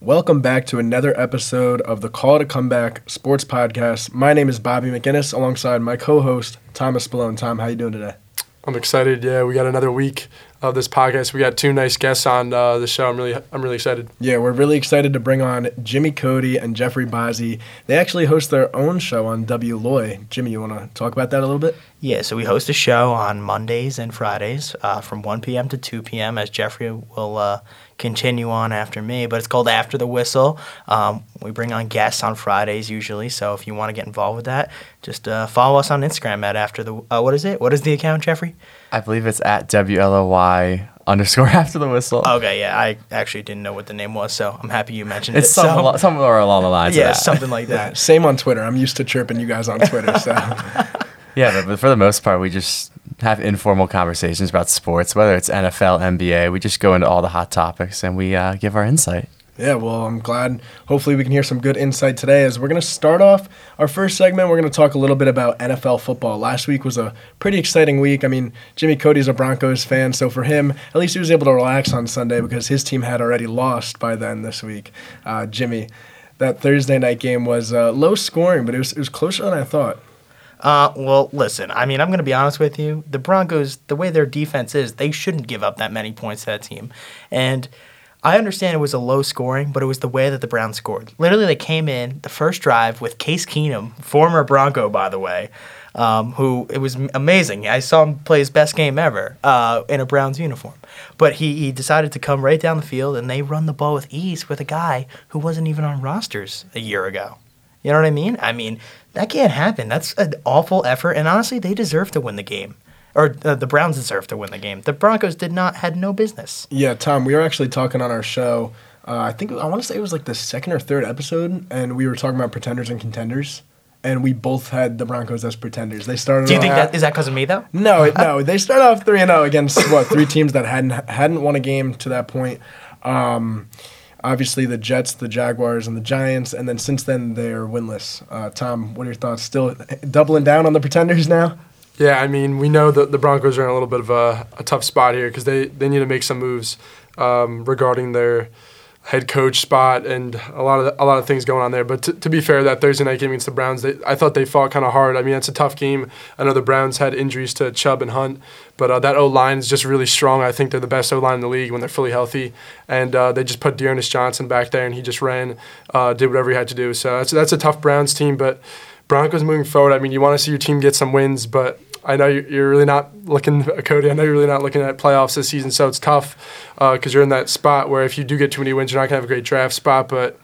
Welcome back to another episode of the Call to Comeback Sports Podcast. My name is Bobby McGinnis, alongside my co-host Thomas Malone. Tom, how you doing today? I'm excited. Yeah, we got another week of this podcast. We got two nice guests on uh, the show. I'm really, I'm really excited. Yeah, we're really excited to bring on Jimmy Cody and Jeffrey Bozzi. They actually host their own show on W. Loy. Jimmy, you want to talk about that a little bit? Yeah, so we host a show on Mondays and Fridays uh, from 1 p.m. to 2 p.m. as Jeffrey will uh, continue on after me, but it's called After the Whistle. Um, we bring on guests on Fridays usually, so if you want to get involved with that, just uh, follow us on Instagram at After the uh, What is it? What is the account, Jeffrey? I believe it's at WLOY underscore after the whistle. Okay, yeah, I actually didn't know what the name was, so I'm happy you mentioned it's it. some, so, lo- somewhere along the lines yeah, of that. something like that. Same on Twitter. I'm used to chirping you guys on Twitter, so yeah, but, but for the most part, we just have informal conversations about sports, whether it's NFL, NBA. We just go into all the hot topics and we uh, give our insight. Yeah, well, I'm glad. Hopefully, we can hear some good insight today. As we're going to start off our first segment, we're going to talk a little bit about NFL football. Last week was a pretty exciting week. I mean, Jimmy Cody's a Broncos fan, so for him, at least he was able to relax on Sunday because his team had already lost by then this week. Uh, Jimmy, that Thursday night game was uh, low scoring, but it was, it was closer than I thought. Uh, well, listen, I mean, I'm going to be honest with you. The Broncos, the way their defense is, they shouldn't give up that many points to that team. And I understand it was a low scoring, but it was the way that the Browns scored. Literally, they came in the first drive with Case Keenum, former Bronco, by the way, um, who it was m- amazing. I saw him play his best game ever uh, in a Browns uniform. But he, he decided to come right down the field, and they run the ball with ease with a guy who wasn't even on rosters a year ago. You know what I mean? I mean, that can't happen. That's an awful effort. And honestly, they deserve to win the game. Or uh, the Browns deserve to win the game. The Broncos did not, had no business. Yeah, Tom, we were actually talking on our show. Uh, I think I want to say it was like the second or third episode, and we were talking about pretenders and contenders, and we both had the Broncos as pretenders. They started. Do you off- think that, is that because of me, though? No, it- no. They start off three and zero against what three teams that hadn't hadn't won a game to that point. Um, obviously, the Jets, the Jaguars, and the Giants, and then since then they're winless. Uh, Tom, what are your thoughts? Still doubling down on the pretenders now? Yeah, I mean, we know that the Broncos are in a little bit of a, a tough spot here because they, they need to make some moves um, regarding their head coach spot and a lot of a lot of things going on there. But t- to be fair, that Thursday night game against the Browns, they, I thought they fought kind of hard. I mean, it's a tough game. I know the Browns had injuries to Chubb and Hunt, but uh, that O line is just really strong. I think they're the best O line in the league when they're fully healthy, and uh, they just put Dearness Johnson back there, and he just ran, uh, did whatever he had to do. So that's that's a tough Browns team, but. Broncos moving forward. I mean, you want to see your team get some wins, but I know you're you're really not looking, Cody. I know you're really not looking at playoffs this season, so it's tough because you're in that spot where if you do get too many wins, you're not gonna have a great draft spot. But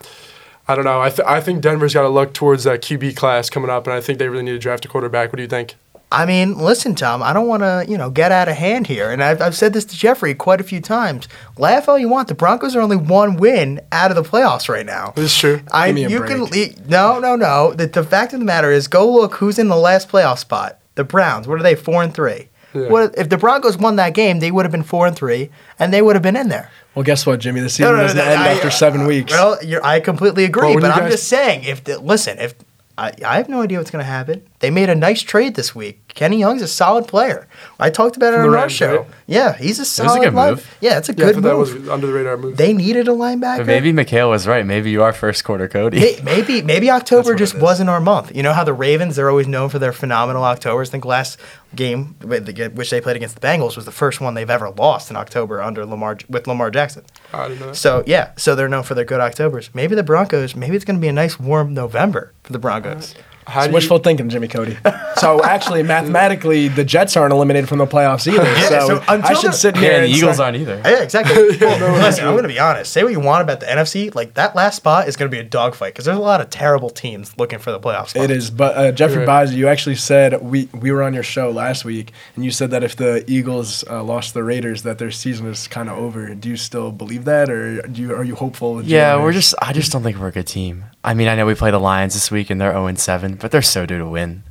I don't know. I, th- I think Denver's got to look towards that QB class coming up, and I think they really need to draft a quarterback. What do you think? I mean, listen, Tom, I don't want to, you know, get out of hand here. And I've, I've said this to Jeffrey quite a few times. Laugh all you want. The Broncos are only one win out of the playoffs right now. This is true. I Give me a you can break. e- no no no. The, the fact of the matter is, go look who's in the last playoff spot. The Browns. What are they? Four and three. Yeah. What if the Broncos won that game? They would have been four and three, and they would have been in there. Well, guess what, Jimmy? The season No, no, doesn't no, end I- uh, after seven weeks. Well, you're, I completely Well, agree, when but you I'm guys- just saying. If the, listen, if I, I have no idea what's going to happen. They made a nice trade this week. Kenny Young's a solid player. I talked about it From on the our Rams, show. right? Yeah, he's a solid. good line- move. Yeah, it's a Yeah, I good thought move. that was an under the radar move. they needed a linebacker. But maybe Mikhail was right. Maybe you are first quarter Cody. May- maybe maybe October what it just is. wasn't our month. You know how the Ravens they're always known for their phenomenal Octobers. I think last game with the- which they played against the Bengals was the first one they've ever lost in October under Lamar with Lamar Jackson. I didn't know that. So yeah, so they're known for their good Octobers. Maybe the Broncos. Maybe it's going to be a nice warm November for the Broncos. How It's do you- wishful thinking, Jimmy Cody. So actually, mathematically, the Jets aren't eliminated from the playoffs either. Yeah, so so I until should the- sit here. Yeah, the and Eagles start- aren't either. Yeah, exactly. Well, listen, I'm going to be honest. Say what you want about the NFC. Like that last spot is going to be a dogfight because there's a lot of terrible teams looking for the playoff spot. It is, but uh, Jeffrey Right. Bozzi, you actually said we we were on your show last week, and you said that if the Eagles uh, lost the Raiders, that their season is kind of over. Do you still believe that, or do you, are you hopeful? with Yeah, Jalen we're Hurts? just. I just don't think we're a good team. I mean, I know we play the Lions this week and they're 0 7, but they're so due to win.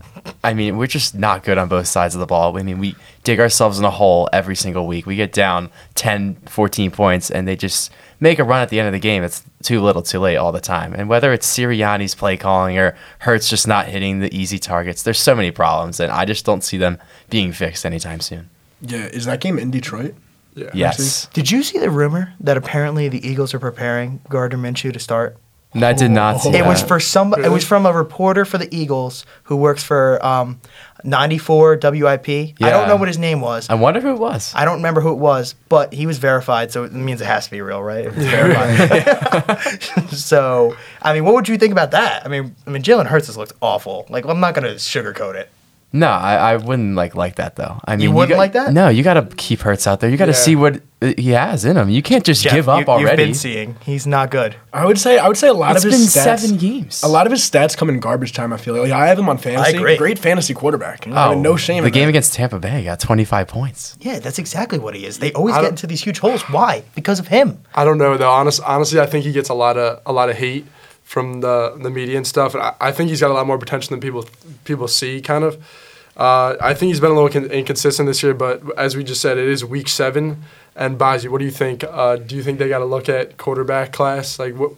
I mean, we're just not good on both sides of the ball. I mean, we dig ourselves in a hole every single week. We get down 10, 14 points, and they just make a run at the end of the game. It's too little, too late all the time. And whether it's Sirianni's play calling or Hurts just not hitting the easy targets, there's so many problems, and I just don't see them being fixed anytime soon. yeah. Is that game in Detroit? Yeah. Yes. Did you see the rumor that apparently the Eagles are preparing Gardner Minshew to start? No, I did not see It oh. It was that. for some. It was Really? from a reporter for the Eagles who works for um, 94 WIP. I Yeah. don't know what his name was. I wonder who it was. I don't remember who it was, but he was verified, so it means it has to be real, right? If it's verified. so, I mean, what would you think about that? I mean, I mean, Jalen Hurts has looked awful. Like, I'm not gonna sugarcoat it. No, I, I wouldn't like like that though. I mean, wouldn't got- like that? No, you got to keep Hurts out there. You got to Yeah. see what uh, he has in him. You can't just Jeff, give you- up You've already. been seeing he's not good. I would say I would say a lot It's of been his stats, seven games. A lot of his stats come in garbage time. I feel like, I have him on fantasy. agree. Great fantasy quarterback. I Oh, mean, no shame. The in game that. against Tampa Bay got 25 points. Yeah, that's exactly what he is. They always I get don't- into these huge holes. Why? Because of him. I don't know though. Honest, honestly, I think he gets a lot of a lot of hate from the the media and stuff. And I, I think he's got a lot more potential than people people see. Kind of. Uh, I think he's been a little con- inconsistent this year, but as we just said, it is week seven. And Bazi, what do you think? Uh, do you think they got to look at quarterback class? Like, what,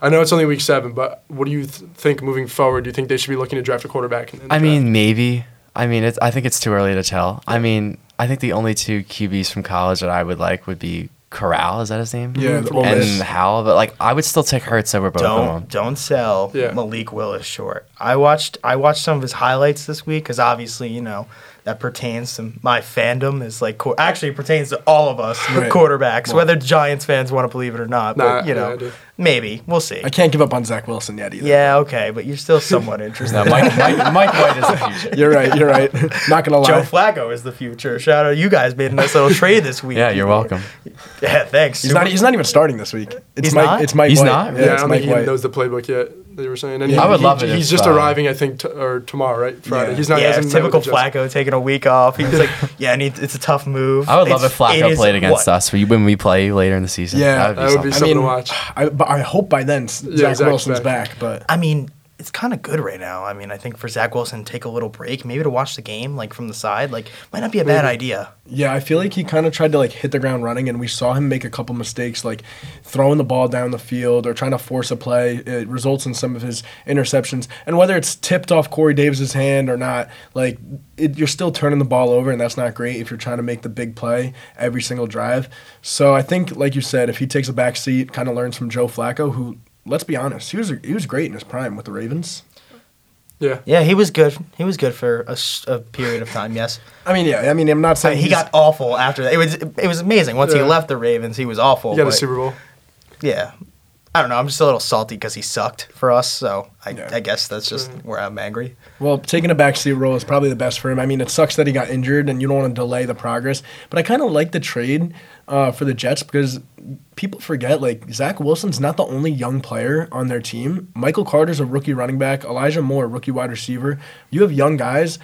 I know it's only week seven, but what do you th- think moving forward? Do you think they should be looking to draft a quarterback? in the I draft? mean, maybe. I mean, it's, I think it's too early to tell. I mean, I think the only two QBs from college that I would like would be Corral. Is that his name? Yeah, the Ole Miss. and Howell. But like, I would still take Hurts over both of them. Don't don't sell Yeah. Malik Willis short. I watched I watched some of his highlights this week because obviously you know that pertains to my fandom is like qu- actually it pertains to all of us Right. quarterbacks whether Giants fans want to believe it or not. Nah, but you yeah, know I do. maybe we'll see. I can't give up on Zach Wilson yet either. Yeah, okay, but you're still somewhat interested. No, Mike, Mike, Mike White is the future. You're right. You're right. Not gonna lie. Joe Flacco is the future. Shout out, you guys made a nice little trade this week. Yeah, you're welcome. Yeah, thanks. He's not. He's not even starting this week. It's He's Mike. not? It's Mike. He's White. not? Yeah, Yeah, I it's don't Mike think he White. knows the playbook yet. They were saying. And Yeah. he- I would he- love it He's if, just uh, arriving, I think, t- or tomorrow, right? Friday. Yeah. He's not. he yeah, hasn't it's met with typical the Jets. Flacco taking a week off. He was like, "Yeah, I need, it's a tough move." I would love It's- if Flacco it is played against what? us when we play later in the season. Yeah, that would be, that would be something. I something mean, to watch. I, but I hope by then s- Zach Zach's Wilson's back. back. But I mean, it's kind of good right now. I mean, I think for Zach Wilson, to take a little break, maybe to watch the game like from the side, like might not be a bad idea. yeah, I feel like he kind of tried to like hit the ground running, and we saw him make a couple mistakes, like throwing the ball down the field or trying to force a play. It results in some of his interceptions, and whether it's tipped off Corey Davis's hand or not, like it, you're still turning the ball over, and that's not great if you're trying to make the big play every single drive. So I think, like you said, if he takes a back seat, kind of learns from Joe Flacco, who. Let's be honest. He was he was great in his prime with the Ravens. Yeah. Yeah, he was good. He was good for a, s- a period of time. Yes, I mean, yeah. I mean, I'm not I saying mean, he he's- got awful after that. It was it was amazing. Once he Yeah. left the Ravens, he was awful. He got a but- Super Bowl. Yeah. I don't know. I'm just a little salty because he sucked for us. So I, Yeah. I guess that's just where I'm angry. Well, taking a backseat role is probably the best for him. I mean, it sucks that he got injured, and you don't want to delay the progress. But I kind of like the trade uh, for the Jets because people forget like Zach Wilson's not the only young player on their team. Michael Carter's a rookie running back. Elijah Moore, rookie wide receiver. You have young guys.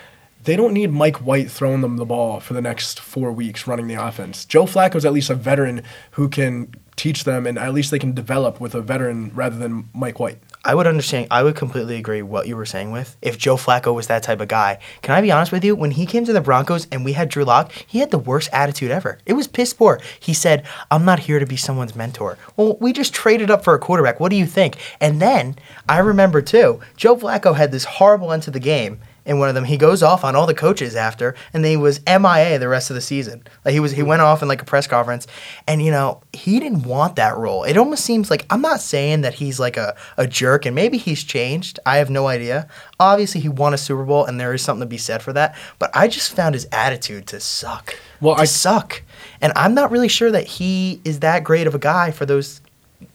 They don't need Mike White throwing them the ball for the next four weeks running the offense. Joe Flacco's at least a veteran who can teach them, and at least they can develop with a veteran rather than Mike White. I would understand. I would completely agree what you were saying with if Joe Flacco was that type of guy. Can I be honest with you? When he came to the Broncos and we had Drew Lock, he had the worst attitude ever. It was piss poor. He said, "I'm not here to be someone's mentor." Well, we just traded up for a quarterback. What do you think? And then I remember too, Joe Flacco had this horrible end to the game. In one of them, he goes off on all the coaches after, and then he was MIA the rest of the season. Like he was, he went off in like a press conference, and you know he didn't want that role. It almost seems like I'm not saying that he's like a, a jerk, and maybe he's changed. I have no idea. Obviously, he won a Super Bowl, and there is something to be said for that. But I just found his attitude to suck. Well, to I- suck, and I'm not really sure that he is that great of a guy for those,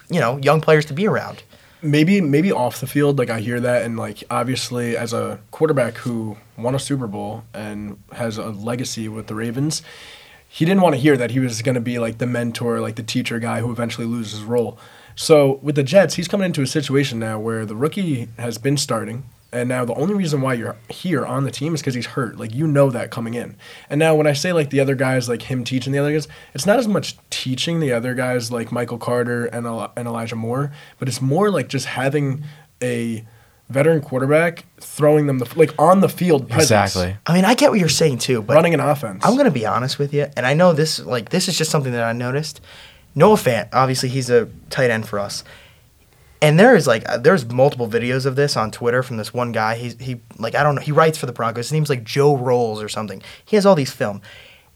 you know, young players to be around. maybe maybe off the field like i hear that and like obviously as a quarterback who won a super bowl and has a legacy with the ravens he didn't want to hear that he was going to be like the mentor like the teacher guy who eventually loses his role so with the jets he's coming into a situation now where the rookie has been starting and now the only reason why you're here on the team is because he's hurt. Like you know that coming in. And now when I say like the other guys, like him teaching the other guys, it's not as much teaching the other guys like Michael Carter and Eli- and Elijah Moore, but it's more like just having a veteran quarterback throwing them the f- like on the field presence, Exactly. I mean, I get what you're saying too, but running an offense. I'm gonna be honest with you, and I know this like this is just something that I noticed. Noah Fant, obviously, he's a tight end for us, and there is like uh, there's multiple videos of this on Twitter from this one guy. He he like I don't know. He writes for the Broncos. His name's like Joe Rolls or something. He has all these film.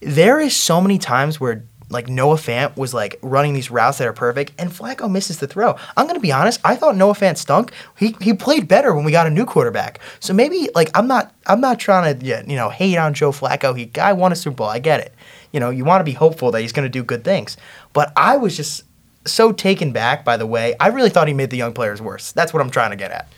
There is so many times where like Noah Fant was like running these routes that are perfect, and Flacco misses the throw. I'm gonna be honest. I thought Noah Fant stunk. He he played better when we got a new quarterback. So maybe like I'm not I'm not trying to yeah, you know hate on Joe Flacco. He guy won a Super Bowl. I get it. You know you want to be hopeful that he's gonna do good things. But I was just so taken back by the way. I really thought he made the young players worse. That's what I'm trying to get at.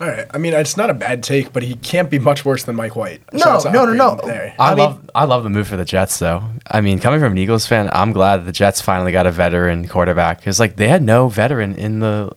All right. I mean, it's not a bad take, but he can't be much worse than Mike White. So No, it's an no, no, upgrade no. there. I, I mean- love I love the move for the Jets though. I mean, coming from an Eagles fan, I'm glad that the Jets finally got a veteran quarterback because like they had no veteran in the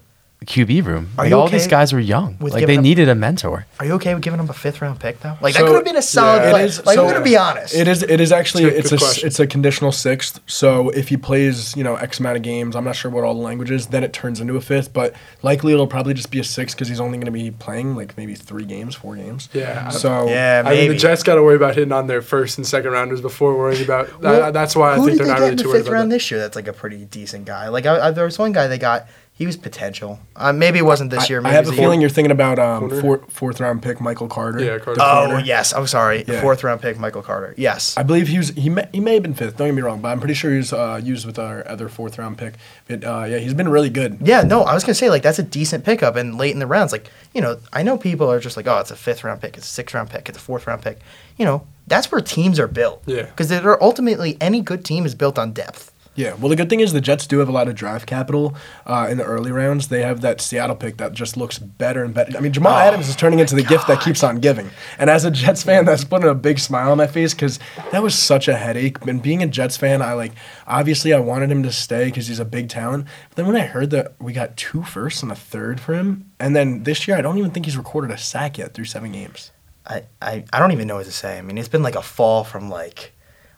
QB room. Are Like, you all okay these guys were young. with Like giving they up- needed a mentor. Are you okay with giving him a fifth round pick though? Like that So- could have been a solid yeah. play. It is- like so- I'm gonna be honest. It is. It is actually. Good- It's a. good s- question. It's a conditional sixth. So if he plays, you know, X amount of games, I'm not sure what all the language is. Then it turns into a fifth, but likely it'll probably just be a sixth because he's only going to be playing like maybe three games, four games. Yeah. So Yeah, I mean, the maybe. Jets got to worry about hitting on their first and second rounders before worrying about. I- I- that's why I Who think did they're they not get really in the too worried fifth about. round that. this year? That's like a pretty decent guy. Like I, I, there was one guy they got. He was potential. Uh, maybe it wasn't this I, year. I Maybe have it a was the feeling year- you're thinking about um, Corner? four, fourth round pick Michael Carter. Yeah, Carter. the Oh corner. yes, I'm sorry. Yeah. Fourth round pick, Michael Carter. Yes. I believe he was he may, he may have been fifth. Don't get me wrong, but I'm pretty sure he was uh, used with our other fourth round pick. But uh, yeah, he's been really good. yeah, no, I was gonna say like that's a decent pickup and late in the rounds, like you know, I know people are just like, oh, it's a fifth round pick, it's a sixth round pick, it's a fourth round pick. You know, that's where teams are built. Yeah. Because they're ultimately any good team is built on depth. Yeah, well, the good thing is the Jets do have a lot of draft capital uh, in the early rounds. They have that Seattle pick that just looks better and better. I mean, Jamal Adams is turning into the gift that keeps on giving. And as a Jets fan, that's putting a big smile on my face because that was such a headache. And being a Jets fan, I like obviously I wanted him to stay because he's a big talent. But then when I heard that we got two firsts and a third for him, and then this year I don't even think he's recorded a sack yet through seven games. I, I, I don't even know what to say. I mean, it's been like a fall from like,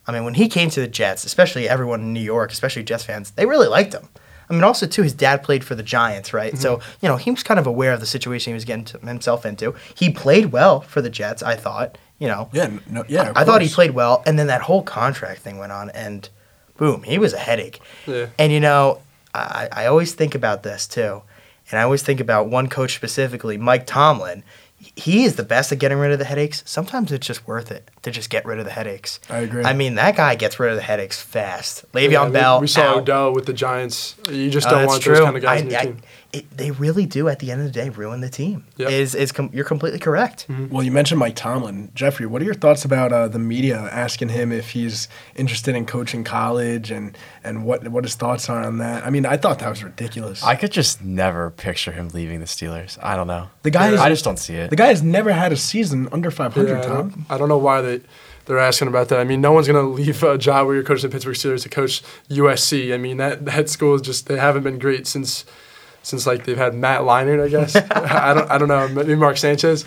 I mean, when he came to the Jets, especially everyone in New York, especially Jets fans, they really liked him. I mean, also too, his dad played for the Giants, right? So Mm-hmm. you know he was kind of aware of the situation he was getting t- himself into. He played well for the Jets, I thought. You know, Yeah, n- no, yeah. of I thought he course. played well, and then that whole contract thing went on, and boom, he was a headache. Yeah. And you know, I, I always think about this too, and I always think about one coach specifically, Mike Tomlin. He is the best at getting rid of the headaches. Sometimes it's just worth it to just get rid of the headaches. I agree. I mean, that guy gets rid of the headaches fast. Le'Veon Yeah, we- Bell. We, saw out. Odell with the Giants. You just Oh, don't that's want true. those kind of guys I- in your I- team. it- they really do. At the end of the day, ruin the team. Yep. Is is com- you're completely correct. Mm-hmm. Well, you mentioned Mike Tomlin. Jeffrey, what are your thoughts about uh, the media asking him if he's interested in coaching college and, and what, what his thoughts are on that? I mean, I thought that was ridiculous. I could just never picture him leaving the Steelers. I don't know. The guy is- I just don't see it. the guy has never had a season under 500, I, Tom. don't, I don't know why they they're asking about that. I mean, no one's gonna leave a job where you're coaching the Pittsburgh Steelers to coach USC. I mean, that that school is just they haven't been great since since like they've had Matt Leinart, I guess. I don't I don't know maybe Mark Sanchez.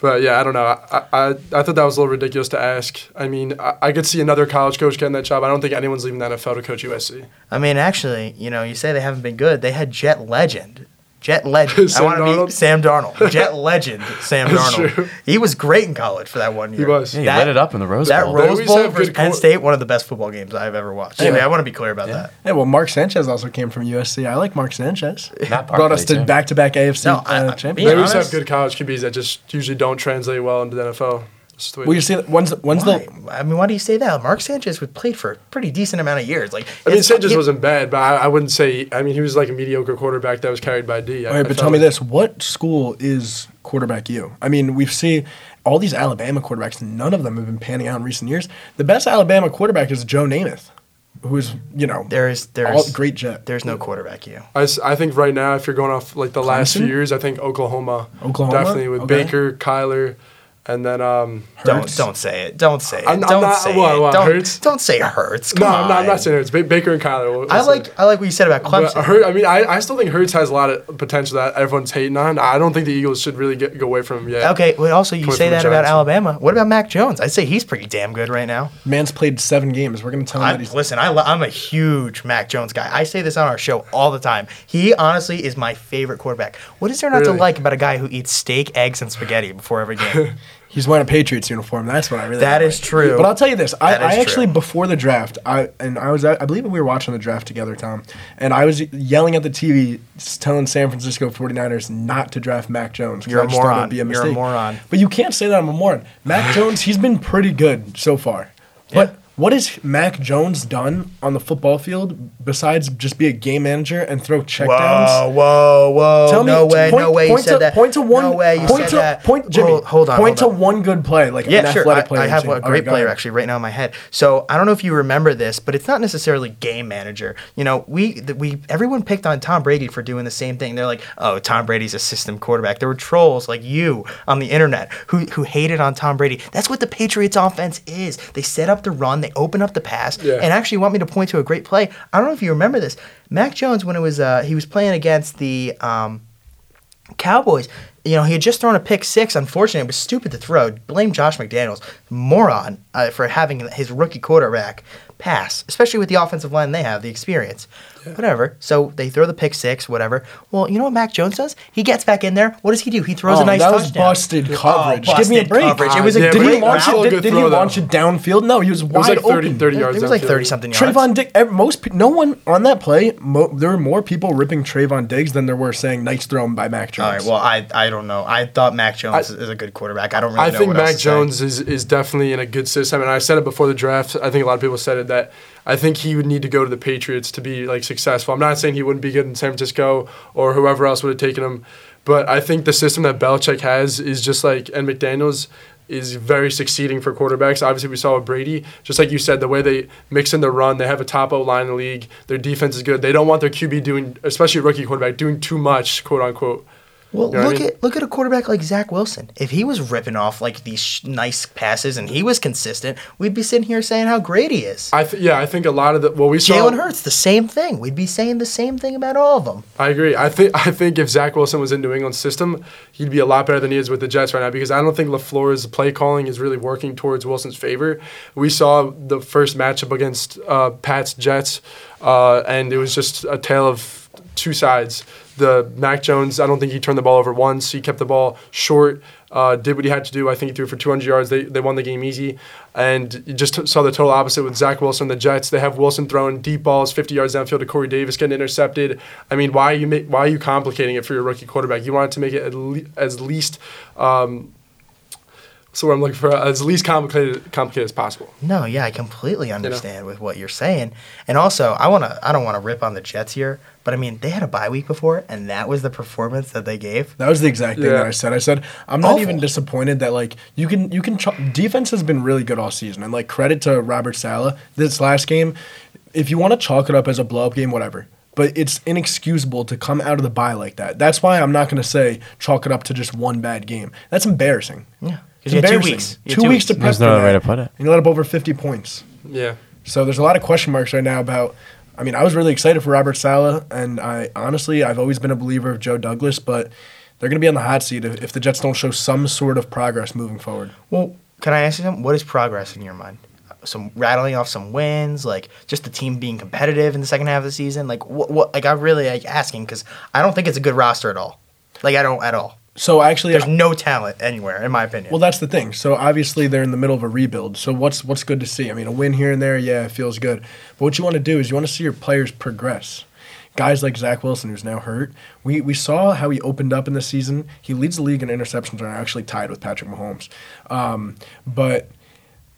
But yeah, I don't know. I, I, I thought that was a little ridiculous to ask. I mean, I, I could see another college coach getting that job. I don't think anyone's leaving the NFL to coach USC. I mean, actually, you know, you say they haven't been good. They had Jet Legend. Jet Legend. I Sam want to be Darnold? Sam Darnold. Jet Legend Sam That's Darnold. true. He was great in college for that one year. was. yeah, he that, lit it up in the Rose That Bowl. They Rose always Bowl have versus good Penn cor- State, one of the best football games I've ever watched. I, mean, I want to be clear about that. Yeah, well, Mark Sanchez also came from USC. I like Mark Sanchez. Matt Brought us Barkley, to too. back to back AFC No, I- uh, I- champions. being They always have honest- good college QBs that just usually don't translate well into the NFL. It's the way Well, it you is. see, when's, when's Why? the. I mean, why do you say that? Mark Sanchez would played for a pretty decent amount of years. Like, I mean, it's- Sanchez he- wasn't bad, but I, I wouldn't say. I mean, he was like a mediocre quarterback that was carried by D. I- All I right, but felt tell me like- this: What school is quarterback you? I mean, we've seen all these Alabama quarterbacks. None of them have been panning out in recent years. The best Alabama quarterback is Joe Namath, who is you know There is, there all is, great jet. There's no quarterback. You. I, s- I think right now, if you're going off like the last few Clemson? years, I think Oklahoma, Oklahoma? definitely with Okay. Baker, Kyler, and then um. Hurts. Don't don't say it. Don't say it. I'm- I'm don't not- say what- it. what, don't, Hurts? don't say hurts. No, Come I'm not, I'm on. not saying Hurts. Ba- Baker and Kyler. We'll- I we'll say that. like I like what you said about But uh, Clemson. Hurt, I mean, I, I still think Hurts has a lot of potential that everyone's hating on. I don't think the Eagles should really get, go away from him yet. Okay, well, also you Coming say from that about Giants. Alabama. What about Mac Jones? I'd say he's pretty damn good right now. Man's played seven games. We're gonna tell him I, that he's. listen, I lo- I'm a huge Mac Jones guy. I say this on our show all the time. He honestly is my favorite quarterback. What is there not to Really? like about a guy who eats steak, eggs, and spaghetti before every game? He's wearing a Patriots uniform. That's what I really. That like. is true. But I'll tell you this: I, That is I actually true. before the draft, I and I was at- I believe we were watching the draft together, Tom, and I was yelling at the TV, s- telling San Francisco 49ers not to draft Mac Jones. 'cause You're I a just thought moron. it'd Be a You're a mistake. moron. But you can't say that I'm a moron. Mac Jones, he's been pretty good so far. But What has Mac Jones done on the football field besides just be a game manager and throw checkdowns? Whoa, whoa, whoa! Tell me, no t- way, point, no way you point said to, that. Point to one. No way you point said to, that. Point, Jimmy, Hold, hold on. Point hold on. to one good play, like an Yeah, sure. athletic I, player. I have you've seen. a All right, great go player ahead. actually right now in my head. So I don't know if you remember this, but it's not necessarily game manager. You know, we th- we everyone picked on Tom Brady for doing the same thing. They're like, oh, Tom Brady's a system quarterback. There were trolls like you on the internet who who hated on Tom Brady. That's what the Patriots offense is. They set up the run, they open up the pass, Yeah. and actually want me to point to a great play. I don't know if you remember this. Mac Jones when it was uh, he was playing against the. Um, Cowboys, you know, he had just thrown a pick six. Unfortunately, it was stupid to throw. Blame Josh McDaniels, moron, uh, for having his rookie quarterback pass, especially with the offensive line they have, the experience. Whatever. So they throw the pick six, whatever. Well, you know what Mac Jones does? He gets back in there. What does he do? He throws Oh, a nice that was touchdown. busted coverage. Oh, Give me a busted break. coverage. It was a Yeah, did but he great it was launch still route. a it? Did, good did he throw, though. launch it downfield? No, he was It was wide like 30, open. 30 yards. It was like downfield. 30 something yards. Trayvon Diggs. ev- Most pe- no one on that play. Mo, there were more people ripping Trayvon Diggs than there were saying nice throw by Mac Jones. All right. Well, I, I don't know. I thought Mac Jones is a good quarterback. I don't really I know. think what else Mac to say. Jones is, is definitely in a good system, and I said it before the draft. I think a lot of people said it that I think he would need to go to the Patriots to be like successful. I'm not saying he wouldn't be good in San Francisco or whoever else would have taken him, but I think the system that Belichick has is just like and McDaniel's is very succeeding for quarterbacks. Obviously, we saw with Brady, just like you said, the way they mix in the run, they have a top O line in the league. Their defense is good. They don't want their QB doing, especially rookie quarterback, doing too much, quote unquote. Well, You know what I look mean? at look at a quarterback like Zach Wilson. If he was ripping off like these sh- nice passes and he was consistent, we'd be sitting here saying how great he is. I th- yeah, I think a lot of the well, we saw Jalen Hurts, the same thing. We'd be saying the same thing about all of them. I agree. I think I think if Zach Wilson was in New England's system, he'd be a lot better than he is with the Jets right now because I don't think Lafleur's play calling is really working towards Wilson's favor. We saw the first matchup against uh, Pat's Jets, uh, and it was just a tale of two sides. The Mac Jones, I don't think he turned the ball over once. He kept the ball short, uh, did what he had to do. I think he threw for 200 yards. They, they won the game easy. And you just t- saw the total opposite with Zach Wilson, the Jets. They have Wilson throwing deep balls 50 yards downfield to Corey Davis, getting intercepted. I mean, why are you, ma- why are you complicating it for your rookie quarterback? You wanted to make it at le- as least. Um, so what I'm looking for as least complicated complicated as possible. No, yeah, I completely understand with what you're saying. And also, I want to I don't want to rip on the Jets here, but I mean, they had a bye week before and that was the performance that they gave. That was the exact thing that Yeah. I said. I said I'm not Awful. even disappointed that like you can you can ch- defense has been really good all season and like credit to Robert Sala this last game. If you want to chalk it up as a blow up game, whatever. But it's inexcusable to come out of the bye like that. That's why I'm not going to say chalk it up to just one bad game. That's embarrassing. Yeah. It's 'Cause you had two embarrassing. weeks. You had Two two weeks to weeks. prep. There's for no other that, way to put it. And you let up over 50 points. Yeah. So there's a lot of question marks right now about. I mean, I was really excited for Robert Sala, and I honestly, I've always been a believer of Joe Douglas, but they're going to be on the hot seat if, if the Jets don't show some sort of progress moving forward. Well, can I ask you something? What is progress in your mind? Some rattling off some wins, like just the team being competitive in the second half of the season. Like what? what like I'm really like asking because I don't think it's a good roster at all. Like I don't at all. So actually, There's no talent anywhere, in my opinion. well, that's the thing. So obviously, they're in the middle of a rebuild. So what's what's good to see? I mean, a win here and there, yeah, it feels good. But what you want to do is you want to see your players progress. Guys like Zach Wilson, who's now hurt, we, we saw how he opened up in the season. He leads the league in interceptions and are actually tied with Patrick Mahomes. Um, but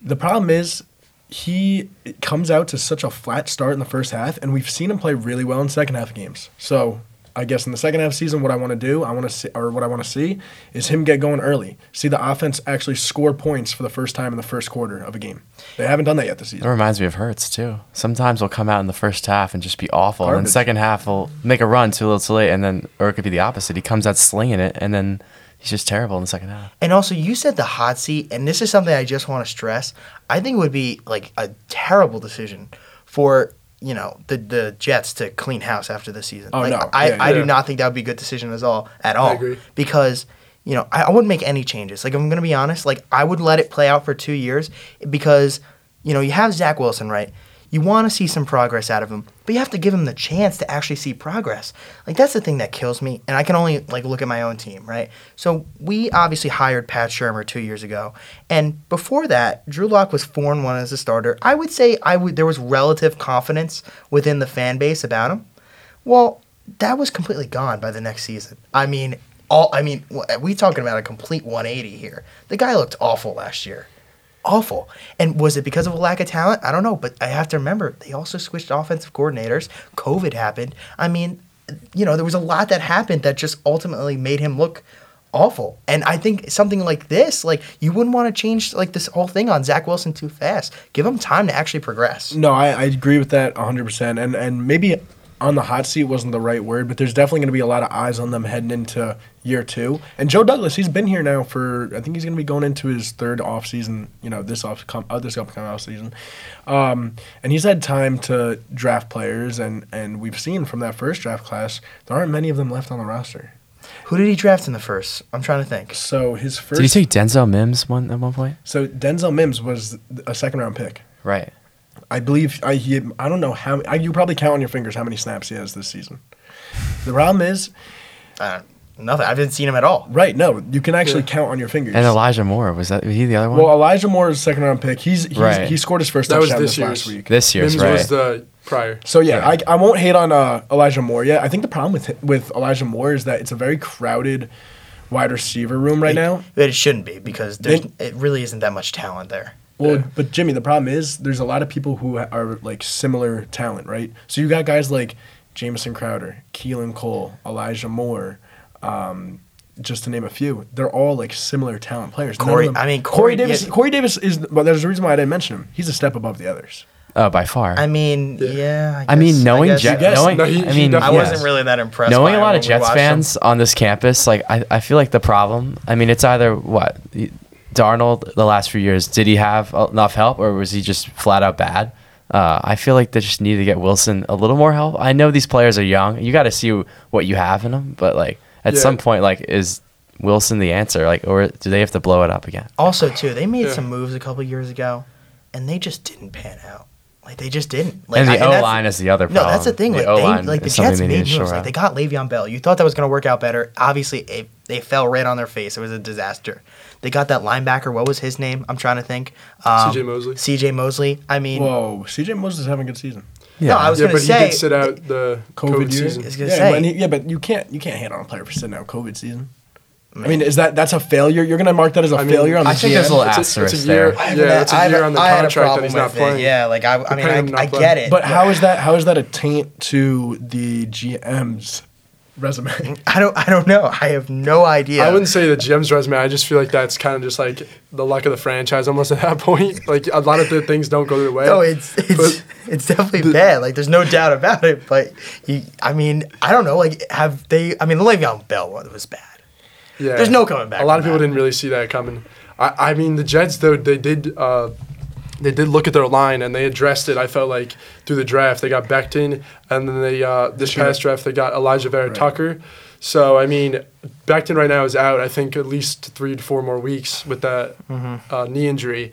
The problem is he comes out to such a flat start in the first half, and we've seen him play really well in second half games. So I guess in the second half of the season, what I want to do, I want to see, or what I want to see, is him get going early. See the offense actually score points for the first time in the first quarter of a game. They haven't done that yet this That season. reminds me of Hurts too. Sometimes we'll come out in the first half and just be awful, and then Garbage. second half will make a run too little, too late, and then or it could be the opposite. He comes out slinging it, and then he's just terrible in the second half. And also, you said the hot seat, and this is something I just want to stress. I think it would be like a terrible decision for you know the the Jets to clean house after this season. Oh, like, no. I, Yeah, I yeah. do not think that would be a good decision at all at all. agree. Because you know I, I wouldn't make any changes. Like if I'm gonna be honest, like I would let it play out for two years because you know you have Zach Wilson right. You want to see some progress out of him, but you have to give him the chance to actually see progress. Like that's the thing that kills me, and I can only like look at my own team, right? So we obviously hired Pat Shermer two years ago, and before that, Drew Lock was four and one as a starter. I would say I would there was relative confidence within the fan base about him. Well, that was completely gone by the next season. I mean, all I mean, w- we talking about a complete 180 here. The guy looked awful last year. awful. And was it because of a lack of talent? I don't know, but I have to remember they also switched offensive coordinators. COVID happened. I mean, you know, there was a lot that happened that just ultimately made him look awful. And I think something like this, like you wouldn't want to change like this whole thing on Zach Wilson too fast. Give him time to actually progress. No, I, I agree with that 100%. And, and maybe on the hot seat wasn't the right word, but there's definitely going to be a lot of eyes on them heading into year two. And Joe Douglas, he's been here now for, I think he's going to be going into his third offseason, you know, this off com, uh, this upcoming offseason. Um, and he's had time to draft players, and, and we've seen from that first draft class, there aren't many of them left on the roster. Who did he draft in the first? I'm trying to think. So his first. Did you take Denzel Mims one at one point? so Denzel Mims was a second round pick. Right. I believe I he, I don't know how I, you probably count on your fingers how many snaps he has this season. The problem is, Uh, nothing. I haven't seen him at all. right? No, you can actually count on your fingers. And Elijah Moore was that was he the other one? well, Elijah Moore is a second round pick. He's, he's Right. he scored his first That was touchdown this this last year's. week. this year's Mims right. was the prior. So yeah, I, I won't hate on uh, Elijah Moore yet. I think the problem with with Elijah Moore is that it's a very crowded wide receiver room right now. But it shouldn't be because there's, Then- it really isn't that much talent there. Well, but Jimmy, the problem is there's a lot of people who ha- are like similar talent, right? So you got guys like Jamison Crowder, Keelan Cole, Elijah Moore, um, just to name a few. They're all like similar talent players. None of Corey- them- I mean, Corey- Corey Davis. yeah. Corey Davis is, but there's a reason why I didn't mention him. He's a step above the others. oh, by far. I mean, yeah. I, I mean, guess- knowing guess- Jet, guess- knowing, No, he- I he mean, definitely- I yeah. wasn't really that impressed. by knowing a him lot when of we Jets watched him. fans on this campus, like I, I feel like the problem. I mean, it's either what Darnold the last few years did he have enough help, or was he just flat out bad? Uh, I feel like they just need to get Wilson a little more help. I know these players are young; you got to see what you have in them. But like at Yeah. some point, like is Wilson the answer? Like, or do they have to blow it up again? Also, too, they made Yeah. some moves a couple years ago, and they just didn't pan out. Like they just didn't. Like, and I- the O that's- line is the other No, problem. that's the thing. Like, O-line they, like the is something Jets they made need to moves. shore Like up. they got Le'Veon Bell. You thought that was going to work out better. Obviously, it, they fell right on their face. It was a disaster. They got that linebacker. What was his name? I'm trying to think. Um, C.J. Mosley. C.J. Mosley. I mean, Whoa, C.J. Moses is having a good season. no, I was Yeah, going but to say. he did sit out the COVID, year. season. It's- I was yeah, gonna say. but he- yeah, but you can't you can't hate on a player for sitting out COVID season. I mean, is that that's a failure? You're gonna mark that as a I mean, failure on the I think GM? there's a little It's asterisk it's a year, there. I Yeah, have an- it's I a have year a- on the I had a contract that problem he's not with it. playing. Yeah, like I, I mean, paying him not I, I playing. get it. But how is that? How is that a taint to the GM's resume? I don't. I don't know. I have no idea. I wouldn't say the GM's resume. I just feel like that's kind of just like the luck of the franchise almost at that point. Like a lot of the things don't go their way. No, it's it's it's definitely bad. Like, there's no doubt about it. But you, I mean, I don't know. Like, have they? I mean, the Le'Veon Bell one was bad. Yeah. There's no coming back A lot from of people that. didn't really see that coming. I, I mean, the Jets though they did uh, they did look at their line and they addressed it. I felt like through the draft they got Becton and then they uh, this past draft they got Elijah Vera Tucker. So I mean, Becton right now is out. I think at least three to four more weeks with that Mm-hmm. uh, knee injury.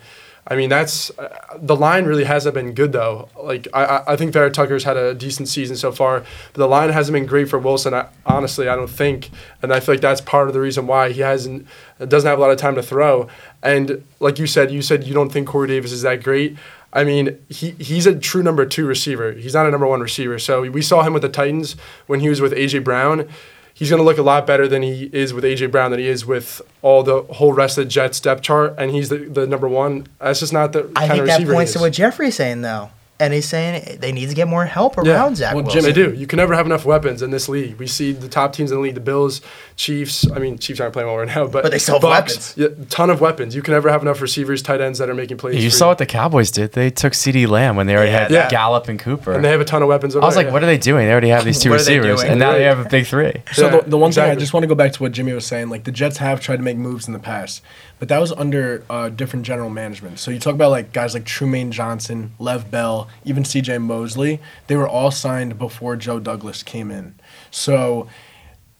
I mean, that's uh, the line really hasn't been good though. Like I, I- I think Vera Tucker's had a decent season so far, but the line hasn't been great for Wilson. I, honestly, I don't think, and I feel like that's part of the reason why he hasn't doesn't have a lot of time to throw. And like you said, you said you don't think Corey Davis is that great. I mean, he, he's a true number two receiver. He's not a number one receiver. So we saw him with the Titans when he was with AJ Brown he's going to look a lot better than he is with AJ Brown than he is with all the whole rest of the Jets depth chart, and he's the, the number one. That's just not the I kind think of that receiver. he points to is. what Jeffrey's saying though, and he's saying they need to get more help around Yeah. Zach Well, Wilson. Jim, They do. You can never have enough weapons in this league. We see the top teams in the league, the Bills, Chiefs. I mean, Chiefs aren't playing well right now, but, But they still have Bucks, Yeah, ton of weapons. You can never have enough receivers, tight ends that are making plays. You for saw what the Cowboys did. They took C.D. Lamb when they already had Yeah. Gallup and Cooper. and they have a ton of weapons. Over I was there, like, yeah. what are they doing? They already have these two What are they receivers, doing? and now they Right. have a big three. So Yeah, the, the one thing I exactly. just want to go back to what Jimmy was saying, like the Jets have tried to make moves in the past, but that was under uh, different general management. So you talk about like guys like Trumaine Johnson, Lev Bell, even C.J. Mosley. They were all signed before Joe Douglas came in. So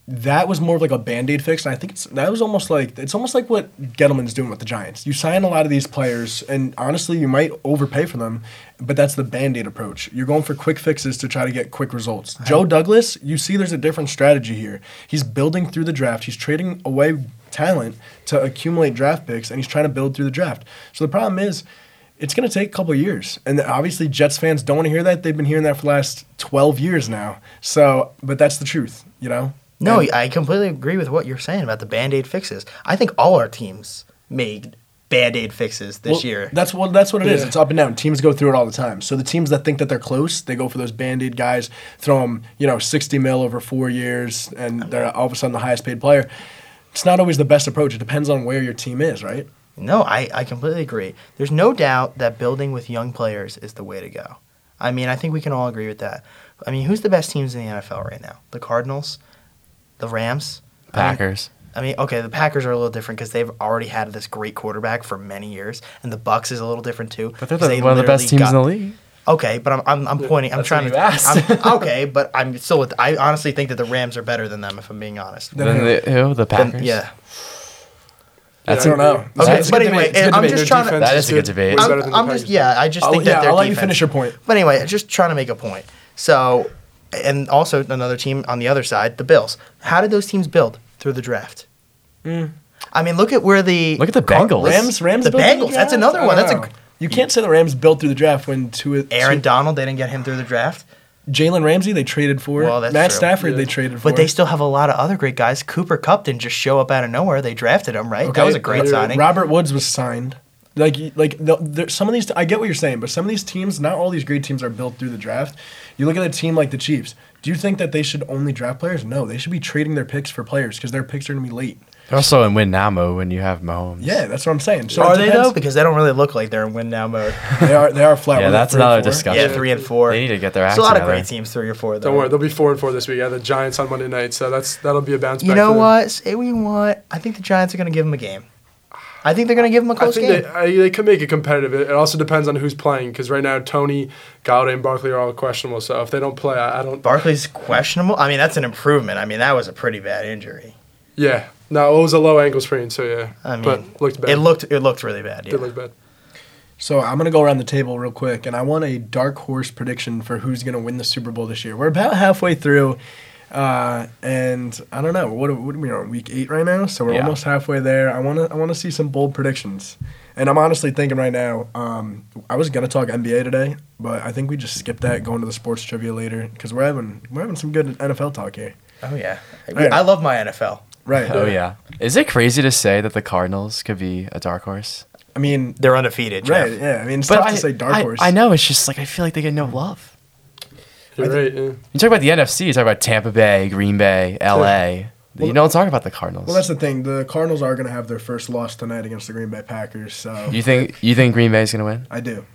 that was more of like a band-aid fix and i think it's that was almost like it's almost like what gettleman's doing with the giants you sign a lot of these players and honestly you might overpay for them but that's the band-aid approach you're going for quick fixes to try to get quick results joe douglas you see there's a different strategy here he's building through the draft he's trading away talent to accumulate draft picks and he's trying to build through the draft so the problem is it's going to take a couple of years. And obviously, Jets fans don't want to hear that. They've been hearing that for the last 12 years now. So, but that's the truth, you know? No, And I completely agree with what you're saying about the band aid fixes. I think all our teams made band aid fixes this Well, year. That's what that's what it is. Yeah. It's up and down. Teams go through it all the time. So the teams that think that they're close, they go for those band-aid guys, throw them, you know, 60 mil over 4 years and they're all of a sudden the highest paid player. It's not always the best approach. It depends on where your team is, right? No, I, I completely agree. There's no doubt that building with young players is the way to go. I mean, I think we can all agree with that. I mean, who's the best teams in the NFL right now? The Cardinals, the Rams, Packers. I mean, okay, the Packers are a little different because they've already had this great quarterback for many years, and the Bucks is a little different too. But they're 'cause the, they one of the best teams literally in the got- league. Okay, but I'm I'm, I'm pointing. I'm that's trying what to. you asked. I'm, okay, but I'm still. With, I honestly think that the Rams are better than them. If I'm being honest. Then Then who? the, who? The Then- Packers. yeah. That's I don't know. That's Okay, It's a but good anyway, debate. It's a good I'm debate. just Their trying to- defense That is a good good- way debate. better I'm, than the I'm just Packers. yeah. I just I'll- think that yeah, their I'll let you defense- finish your point. But anyway, just trying to make a point. So, and also another team on the other side, the Bills. How did those teams build through the draft? I mean, look at where the Look at the Car- Bengals. Hmm. Rams, Rams, the built through Bengals. draft? that's another I one. don't That's a know. you can't say the Rams built through the draft when two Aaron two- Donald. They didn't get him through the draft, Jalen Ramsey they traded for Well, that's Matt true. Stafford Yeah. they traded for but they still have a lot of other great guys. Cooper Cup didn't just show up out of nowhere. They drafted him, right? That Okay, was a great but signing. Robert Woods was signed. Like, you- like the, there, some of these, I get what you're saying, but some of these teams, not all these great teams are built through the draft. You look at a team like the Chiefs. Do you think that they should only draft players? No, they should be trading their picks for players because their picks are going to be late. They're also in win now mode when you have Mahomes. Yeah, that's what I'm saying. So Are it they depends. though? Because they don't really look like they're in win now mode. They are. They are flat. Yeah, We're that's three or another four. discussion. yeah, three and four. They need to get their It's act a lot of together. great teams, three or four. Though. Don't worry, they'll be four and four this week. Yeah, the Giants on Monday night, so that's that'll be a bounce. You back know for them. what? Say we want. I think the Giants are going to give them a game. I think they're going to give them a I close think game. they, I, they could make it competitive. It, it also depends on who's playing because right now Tony, Galladay, and Barkley are all questionable. So if they don't play, I, I don't. Barkley's questionable. I mean, that's an improvement. I mean, that was a pretty bad injury. Yeah, no, it was a low ankle sprain. So yeah, I mean, but looked bad. It looked it looked really bad. Yeah. Did look bad. So I'm gonna go around the table real quick, and I want a dark horse prediction for who's gonna win the Super Bowl this year. We're about halfway through, uh, and I don't know what, what are we on week eight right now, so we're Yeah. almost halfway there. I wanna I wanna see some bold predictions, and I'm honestly thinking right now. Um, I was gonna talk NBA today, but I think we just skip that, go into the sports trivia later, because we're having we're having some good NFL talk here. Oh yeah. Alright. I love my NFL. Right. Oh yeah. Is it crazy to say that the Cardinals could be a dark horse? I mean, They're undefeated. Jeff. right. Yeah. I mean, it's tough I, to say dark I- horse. I know it's just like I feel like they get no love. You're right. Yeah. You talk about the NFC. You talk about Tampa Bay, Green Bay, LA. you don't talk about the Cardinals. Well, that's the thing. The Cardinals are going to have their first loss tonight against the Green Bay Packers. So you think you think Green Bay's gonna win? I do.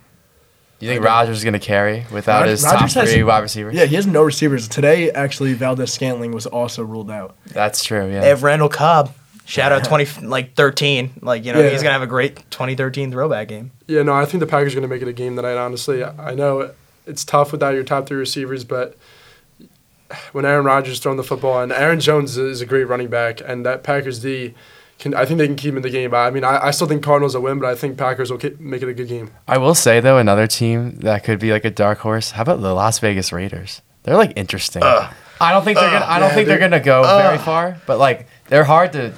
You think Rodgers is gonna carry without Rodgers- his Rodgers top has three a- wide receivers? Yeah, he has no receivers today. Actually, Valdez Scantling was also ruled out. that's true. Yeah. They have Randall Cobb. Shout out twenty like thirteen. Like you know Yeah. he's gonna have a great twenty thirteen throwback game. Yeah, no, I think the Packers are going to make it a game tonight. Honestly, I I know it- it's tough without your top three receivers, but when Aaron Rodgers throwing the football and Aaron Jones is a great running back, and that Packers D can, I think they can keep him in the game. I mean, I, I still think Cardinals will win, but I think Packers will ki- make it a good game. I will say though, another team that could be like a dark horse. How about the Las Vegas Raiders? They're like interesting. I don't think they're gonna. I don't Yeah, think they're they're- gonna go very far. But like, they're hard to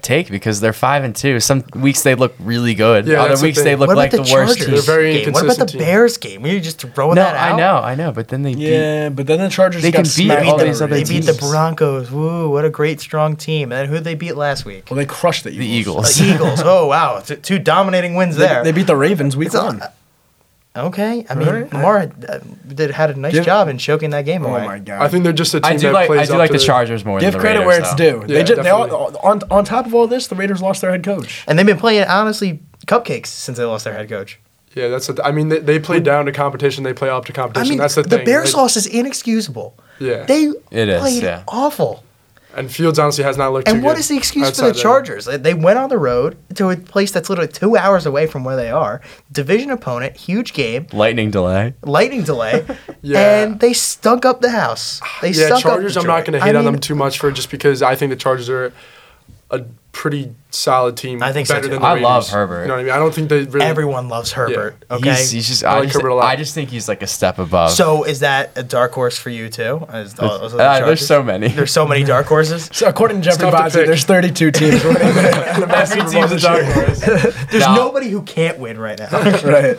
take because they're five and two. Some weeks they look really good. Yeah, that's Other the weeks they thing. look What like the, about the, worst Chargers? team. They're very game? What about the inconsistent team. Bears game? Were you just throwing No, that out? I know, I know. But then they beat. Yeah, but then the Chargers They got can beat smacked all by these the other They Ravens. beat the teams. Broncos. Woo, what a great strong team. And then who they beat last week? Well, they crushed the The Eagles. Eagles. The Eagles. Oh wow, T- two dominating wins They, there. they beat the Ravens week It's a- one. Okay, I mean, Alright. Lamar had, uh, did had a nice Give- job in choking that game Oh away. my god! I think they're just a team I do that like. I plays do up like to the their- Chargers more. Give than the credit Raiders, where it's though. due. they Yeah, just, they all, definitely. on on top of all this, the Raiders lost their head coach. And they've been playing honestly cupcakes since they lost their head coach. Yeah, that's. A, I mean, they, they play down to competition. They play up to I competition. mean, that's the, thing. Bears They- loss is inexcusable. Yeah. they It is, played yeah. awful. and Fields honestly has not looked. And too what good is the excuse for outside the of- Chargers? They- They went on the road to a place that's literally two hours away from where they are. Division opponent, huge game, Lightning delay. lightning delay, Yeah. and they stunk up the house. They Yeah, stunk Chargers. up I'm Detroit. not going to I hate on mean, them too much for just because I think the Chargers are a pretty solid team. I think so, better too. than the I love Raiders. Herbert. You know what I mean? I don't think they really. Everyone loves Herbert. Yeah. Okay, He's, he's just. I I, like just Herbert a lot. I just think he's like a step above. So is that a dark horse for you too? As the- as the Uh, there's Chargers? so many. There's so many dark horses. So according to Jeffrey tough to Bazzi, pick. there's 32 teams. We're gonna- every team's a dark horse. There's No. nobody who can't win right now. right.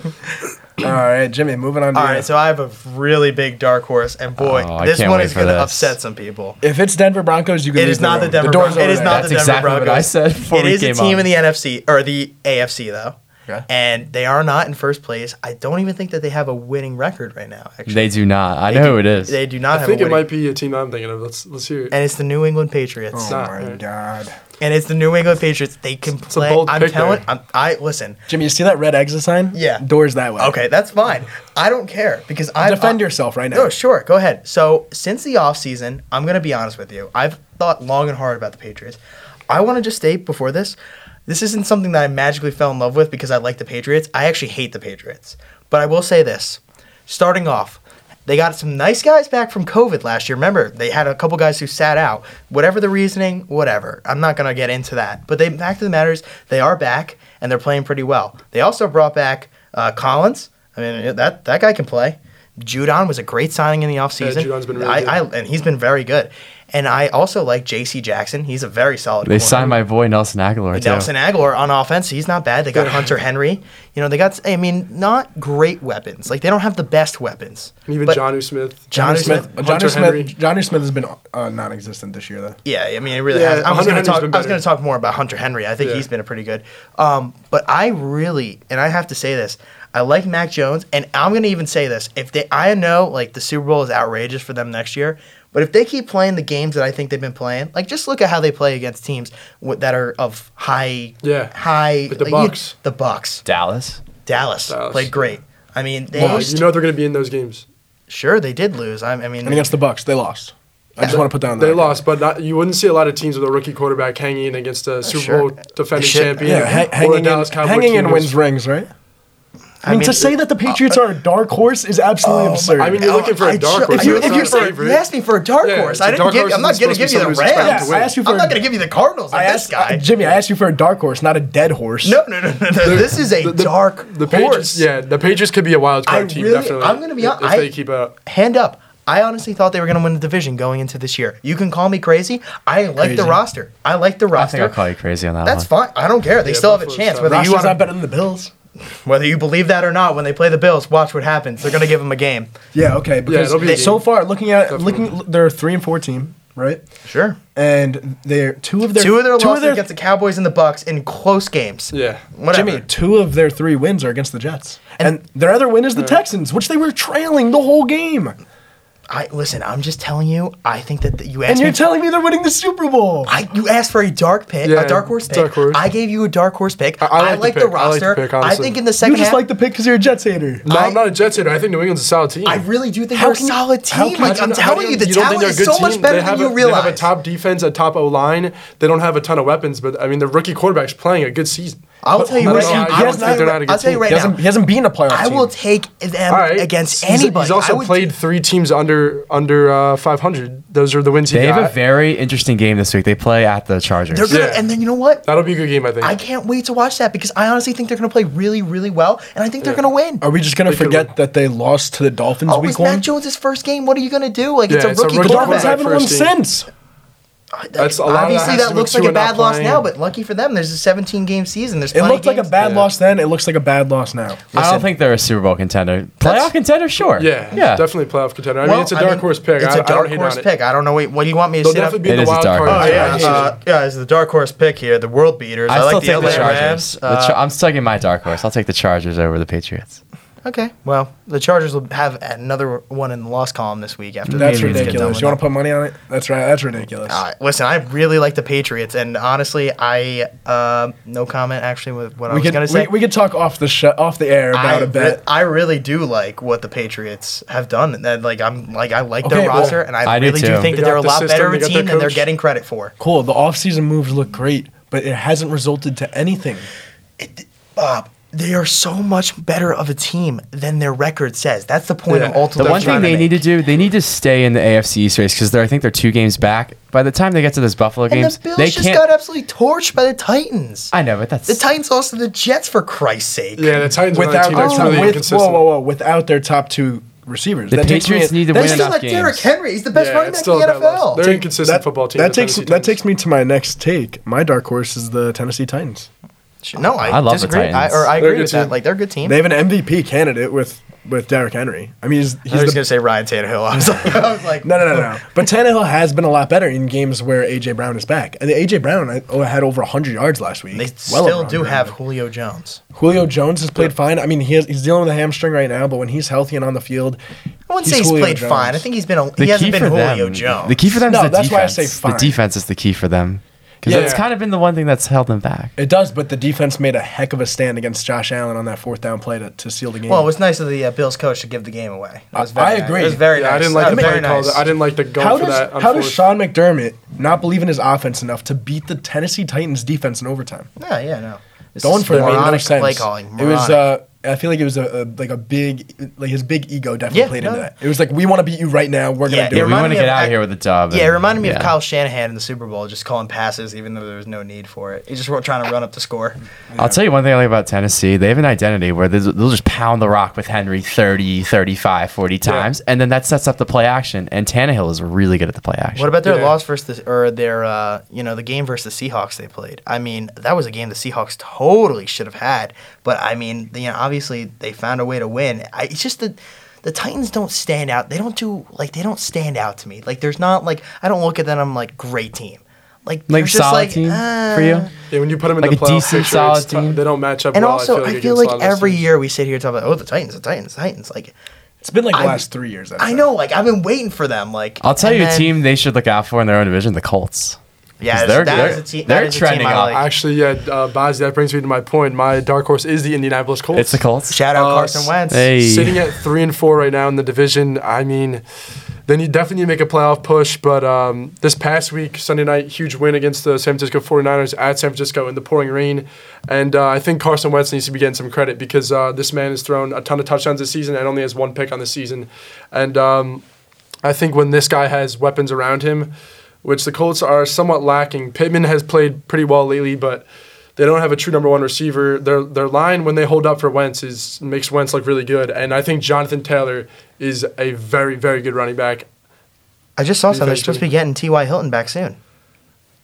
All right, Jimmy, moving on to All you. right, so I have a really big dark horse, and boy, Oh, I this can't one wait is for going to this. upset some people. if it's Denver Broncos, you can It leave is not room. the Denver the doors Bron- it over is there. not That's the Denver exactly what I Broncos. said before it we is a came team on. in the NFC or the AFC though, Okay. and they are not in first place. I don't even think that they have a winning record right now. Actually, They do not. I know do, who it is. They do not I have. think it a winning, might be a team I'm thinking of. Let's let's hear it. and it's the New England Patriots. Oh not my right. God, And it's the New England Patriots. They can a play. bold I'm pick telling. there. I'm, I listen. Jimmy, you see that red exit sign? Yeah. doors that way. Okay, that's fine. I don't care because I defend I- yourself right now. uh, No, sure. Go ahead. So, since the offseason, I'm going to be honest with you. I've thought long and hard about the Patriots. I want to just state before this this isn't something that I magically fell in love with because I like the Patriots. I actually hate the Patriots. But I will say this starting off, they got some nice guys back from COVID last year. Remember, they had a couple guys who sat out. Whatever the reasoning, whatever. I'm not going to get into that. But the fact of the matter is, they are back and they're playing pretty well. They also brought back uh, Collins. I mean, that, that guy can play. Judon was a great signing in the offseason. Yeah, Judon's been really I, good. I, and he's been very good. And I also like J.C. Jackson. He's a very solid. They corner. signed my boy Nelson Aguilar too. Nelson Aguilar on offense, he's not bad. They got Hunter Henry. You know, they got, I mean, not great weapons. Like, they don't have the best weapons. And even But- Johnu Smith. John- Johnny Johnny Smith. Smith- Johnny Hunter Henry. Smith. Johnny Smith has been uh, non-existent this year, though. Yeah, I mean, it really Yeah, has. I was Hunter going to Henry's talk. been I was going better. to talk more about Hunter Henry. I think Yeah. he's been a pretty good. Um, but I really, and I have to say this, I like Mac Jones, and I'm going to even say this. If they, I know, like the Super Bowl is outrageous for them next year, but if they keep playing the games that I think they've been playing, like just look at how they play against teams with, that are of high, Yeah. high. Like the like, you- Bucks. the Bucks, Dallas. Dallas, Dallas. played great. I mean, they Wow, just- you know they're going to be in those games. sure they did lose. I, I mean, And against the Bucks, they lost. I just want to put down. uh, They lost, but not, you wouldn't see a lot of teams with a rookie quarterback hanging against a Super Oh, sure. Uh, Bowl defending Shit. champion Yeah, ha- or a hanging in, Dallas Cowboy hanging team in who's- wins rings, right? I mean, mean, uh, oh, to say that the Patriots are a dark horse is absolutely absurd. I mean, you're looking for a I dark ju- horse. If you, That's if not you're a saying, favorite. you asked me for a dark Yeah, horse. it's a I didn't dark give. horse I'm not is going to supposed to give be you the someone who's expected Rams. to win. I asked you for I'm a- not going to give you the Cardinals. I Like asked this guy. uh, Jimmy. I asked you for a dark horse, not a dead horse. no, no, no, no, no. This is a dark the horse. Patriots, yeah, the Patriots could be a wild card I team. really- definitely, I'm gonna be if, hon- if I- they keep up. Hand up. I honestly thought they were going to win the division going into this year. You can call me crazy. I like the Crazy. roster. I like the I roster. think I'll call you crazy on that That's one. fine. I don't care. They Yeah, still have a Buffalo's chance tough. whether you Roster's not want better than the Bills. whether you believe that or not. When they play the Bills, watch what happens. They're going to give them a game. Yeah, okay. Because it'll be a so game. far, looking at Definitely. looking, they're a three and four team, right? Sure. And they're two of their Two of their losses against the Cowboys and the Bucks in close games. Yeah. Whatever. Jimmy, two of their three wins are against the Jets, and, their other win is the Texans, which they were trailing the whole game. I listen. I'm just telling you. I think that, that you asked And you're me. telling me they're winning the Super Bowl. I, you asked for a dark pick, Yeah, a dark horse pick. dark horse. I gave you a dark horse pick. I, I like the like the, pick. I like the roster. I, pick, honestly. think in the you second just half, like the pick because you're a Jets hater. No, I, I- am not a Jets hater. I think New England's a solid team. I really do think How they're a can you- solid how team. can Like you I'm not- telling you, the talent is so much better They have than you a, realize. They have a top defense, a top O line. They don't have a ton of weapons, but I mean, the rookie quarterback's playing a good season. I'll But tell you I right don't now, know, he I don't has not- think they're not a I'll good tell you team. right he, hasn't, now. he hasn't been a playoff I team. will take them All right. against He's- anybody. He's I also would- played three teams under under uh, 500. Those are the wins They he have a got. very interesting game this week. They play at the Chargers. They're gonna, Yeah. and then you know what? That'll be a good game, I think. I can't wait to watch that because I honestly think they're going to play really, really well, and I think they're going to win. Uh, Are we just gonna They could win. forget that they lost to the Dolphins Oh, week it's one? Mac Jones' first game. What are you going to do? Like, it's Yeah, a rookie, The Dolphins quarterback. haven't won First team. since. That's a lot of that Obviously, has that to do looks with like a Tua not bad loss playing. now, but lucky for them, there's a 17 game season. There's It plenty looked like a games. bad Yeah. loss then. It looks like a bad loss now. I don't think they're a Super Bowl contender. That's- Playoff contender, sure. Yeah, it's yeah. definitely playoff contender. I mean, Well, it's a I dark mean, horse pick. It's I- a I don't dark hate on horse it. pick. I don't know. Wait, what do you want me to They'll sit up? definitely be in It the is a wild dark card. horse. Oh, round. yeah, uh, yeah, it's the dark horse pick here, the world beaters. I, I, still like the take LA the Chargers, Rams. The Uh, Char- I'm still taking my dark horse. I'll take the Chargers over the Patriots. Uh, okay, well, the Chargers will have another one in the loss column this week after That's Maybe it's good ridiculous. done You want with to put money on it? That's right. That's ridiculous. Uh, listen, I really like the Patriots, and honestly, I um no comment actually with what I we was could going to say. we, we could talk off the sh- off the air about I, a bet. re- I really do like what the Patriots have done. And that, like I'm like I like Okay, their well, roster, and I, I do really do, too. think They that they're got a the lot system, better of they a got team their than they're coach. getting credit for. cool. The offseason moves look great, but it hasn't resulted to anything. Bob, they are so much better of a team than their record says. That's the point Yeah. I'm The The ultimately one thing trying to they make. need to do, they need to stay in the AFC East race because they're, I think they're two games back. By the time they get to this Buffalo and games, the Bills they just can't. got absolutely torched by the Titans. I know, but that's the Titans lost to the Jets for Christ's sake. Yeah, the Titans are another Without team that's their- really with- inconsistent. whoa, whoa, whoa, without their top two receivers. The takes me- Patriots need that to They win takes- still enough let Derrick games. Henry. He's the best Yeah, running it's back in still the a bad loss. NFL. They're an inconsistent that- football team. That the takes Tennessee that Titans. takes me to my next take. My dark horse is the Tennessee Titans. Sh- No, I, I love the disagree. I, Titans. or I They're a agree good with that. team. Like they're a good team. They have an MVP candidate with with Derrick Henry. I mean, he's, he's I was the- gonna say Ryan Tannehill. I was like, I was like, no, no, no, no. But Tannehill has been a lot better in games where AJ Brown is back. And AJ Brown I- oh, had over 100 yards last week. They Well over still do 100. have Julio Jones. Julio Jones has played fine. I mean, he has, he's dealing with a hamstring right now, but when he's healthy and on the field, I wouldn't say he's Julio played Jones. fine. I think he's been. A, The he hasn't key been for Julio them, Jones. The key for them No, is the that's why I defense. say fine. The defense is the key for them because Yeah. that's kind of been the one thing that's held them back. It does, but the defense made a heck of a stand against Josh Allen on that fourth down play to, to seal the game. Well, it was nice of the uh, Bills coach to give the game away. That was I- very I nice. agree. It was very Yeah, nice. I didn't like That the was play very call. nice. I didn't like the goal how for does that. on how does fourth. Sean McDermott not believe in his offense enough to beat the Tennessee Titans defense in overtime? No, yeah, no. This Going is oh, for it made no moronic sense. Play calling. It was. moronic. Uh, I feel like it was a, a like a big like his big ego definitely Yeah, played no. into that. It was like we want to beat you right now. We're Yeah, gonna do it Yeah, it. we reminded want to me of get out Ac- here with a dub. yeah, it and- reminded me yeah. of Kyle Shanahan in the Super Bowl, just calling passes even though there was no need for it. He just were trying to run up the score. I'll tell you one thing I like about Tennessee. They have an identity where they- they'll just pound the rock with Henry 30, 35, 40 times, and then that sets up the play action. And Tannehill is really good at the play action. What about their Yeah. loss versus the, or their uh, you know the game versus the Seahawks they played? I mean, that was a game the Seahawks totally should have had, but I mean, you know, obviously they found a way to win. I, it's just that the Titans don't stand out. They don't do like they don't stand out to me. Like there's not like I don't look at them. I'm like great team. Like they're like just solid like, team uh, for you? Yeah, when you put them in Like the a playoff decent, picture, solid it's tou- team. they don't match up. And well, also, I feel against a like, lot of those every teams. year we sit here talking about oh the Titans, the Titans, the Titans. Like It's been like the I- last three years. I'd I say. know, like I've been waiting for them. Like I'll tell and you a then- team they should look out for in their own division: the Colts. 'Cause Yeah, they're, they're- that they're- is a team. they're that is a team trending I up. like. Actually, yeah, uh, Boz, that brings me to my point. My dark horse is the Indianapolis Colts. It's the Colts. Shout out Uh, Carson Wentz. Hey. Sitting at three and four right now in the division. I mean, they need definitely need to make a playoff push. But um, this past week, Sunday night, huge win against the San Francisco 49ers at San Francisco in the pouring rain. And uh, I think Carson Wentz needs to be getting some credit because uh, this man has thrown a ton of touchdowns this season and only has one pick on the season. And um, I think when this guy has weapons around him, which the Colts are somewhat lacking, Pittman has played pretty well lately, but they don't have a true number one receiver. Their their line when they hold up for Wentz is makes Wentz look really good, and I think Jonathan Taylor is a very very good running back. I just saw something. They're Defense supposed to team. be getting T.Y. Hilton back soon.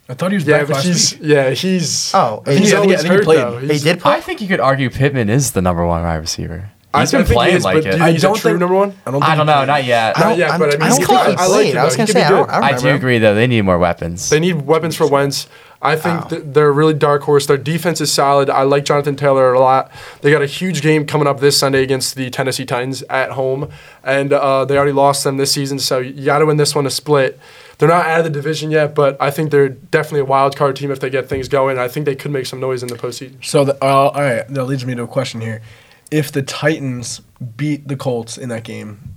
I thought he was Yeah, back but last he's week. yeah he's Oh, he's, he's- I think- I always think he hurt played. though. They He's, did play. I think you could argue Pittman is the number one wide receiver. I- He's I been think he playing is, like but do it. you think he's a true number one? I don't. Think I don't he know, played. not yet. I don't, yeah, I'm- but I mean, don't he's think good. he I like played. him, I was though. gonna He say could I be don't, good. I I don't do remember. agree though. They need more weapons. They need weapons for Wentz. I think th- they're a really dark horse. Their defense is solid. I like Jonathan Taylor a lot. They got a huge game coming up this Sunday against the Tennessee Titans at home, and uh, they already lost them this season. So you got to win this one to split. They're not out of the division yet, but I think they're definitely a wild card team if they get things going. I think they could make some noise in the postseason. So the, uh, all right, that leads me to a question here: If the Titans beat the Colts in that game,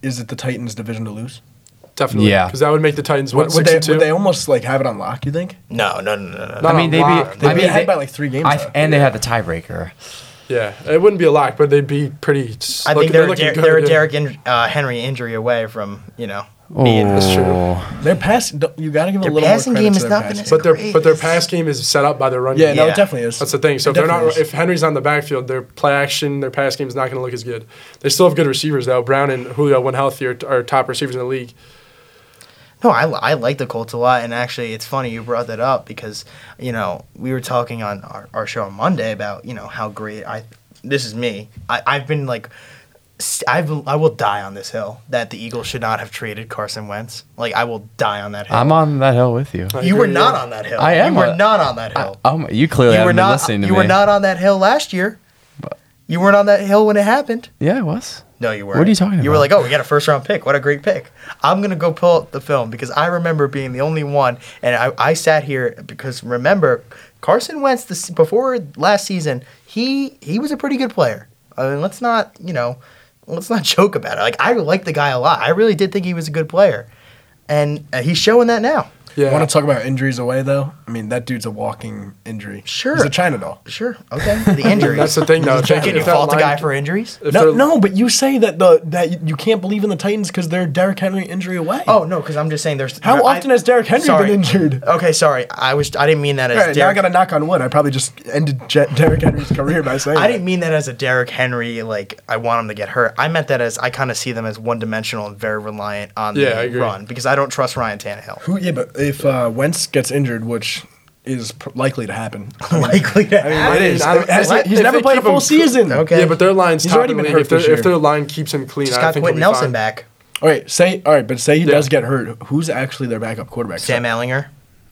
is it the Titans' division to lose? Definitely, Yeah. because that would make the Titans what, Would, would, six they, and two. would they almost like have it on lock? You think? No, no, no, no, no. Not I mean, a they'd be- lock. they'd They'd I be mean, ahead they- by like three games. I, though. and they had the tiebreaker. yeah, it wouldn't be a lock, but they'd be pretty. I look- think they're looking they're, good, they're a yeah. Derrick in, uh, Henry injury away from you know. being- Oh, That's true. Their pass, don't- you got to give Their a little passing more game credit is to their not passing. gonna- But their Great. but their pass game is set up by their run. yeah, game. no, Yeah. it definitely is. That's the thing. So It if they're not, definitely is. if Henry's on the backfield, their play action, their pass game is not going to look as good. They still have good receivers though. Brown and Julio, when healthy, are, are top receivers in the league. No, I, li- I like the Colts a lot, and actually, it's funny you brought that up because you know we were talking on our, our show on Monday about you know how great I. This is me. I, I've been like, st- I've I will die on this hill that the Eagles should not have traded Carson Wentz. Like I will die on that hill. I'm on that hill with you. you were agree, not yeah. on that hill. I am You were on- not on that hill. Um, you clearly you were haven't been not. listening to you me. were not on that hill last year. You weren't on that hill when it happened. Yeah, I was. No, you weren't. What are you talking You were about? like, oh, we got a first round pick. What a great pick. I'm going to go pull up the film because I remember being the only one. And I, I sat here because remember, Carson Wentz, this, before last season, he, he was a pretty good player. I mean, let's not, you know, let's not joke about it. Like, I liked the guy a lot. I really did think he was a good player. And uh, he's showing that now. Yeah. Want to talk about injuries away though? I mean, that dude's a walking injury. Sure. he's a China doll. Sure. Okay. The injuries. That's the thing though. If Oh, they- Can you if that fault a line- guy for injuries? if No, they're- no, but you say that the that you can't believe in the Titans because they're Derrick Henry injury away. Oh no, because I'm just saying there's. How there- I- often has Derrick Henry Sorry. been injured? Okay, sorry. I was. I didn't mean that as. All right, now I Derrick- got to knock on wood. I probably just ended Je- Derrick Henry's career by saying I that. didn't mean that as a Derrick Henry, like I want him to get hurt. I meant that as I kind of see them as one dimensional and very reliant on Yeah, I the agree. run because I don't trust Ryan Tannehill. Who? Yeah, but if uh, Wentz gets injured, which is pr- likely to happen. likely to I mean, it happen. is. I don't- Has he- if he's they never played a keep him full cl- season. Okay. Yeah, but their line's He's top already in the been league. hurt If, their- this year. if their line keeps him clean, Just I got think Quentin he'll be Nelson fine. back. All right, say all right, but say he Yeah. does get hurt. Who's actually their backup quarterback? Sam So Ellinger.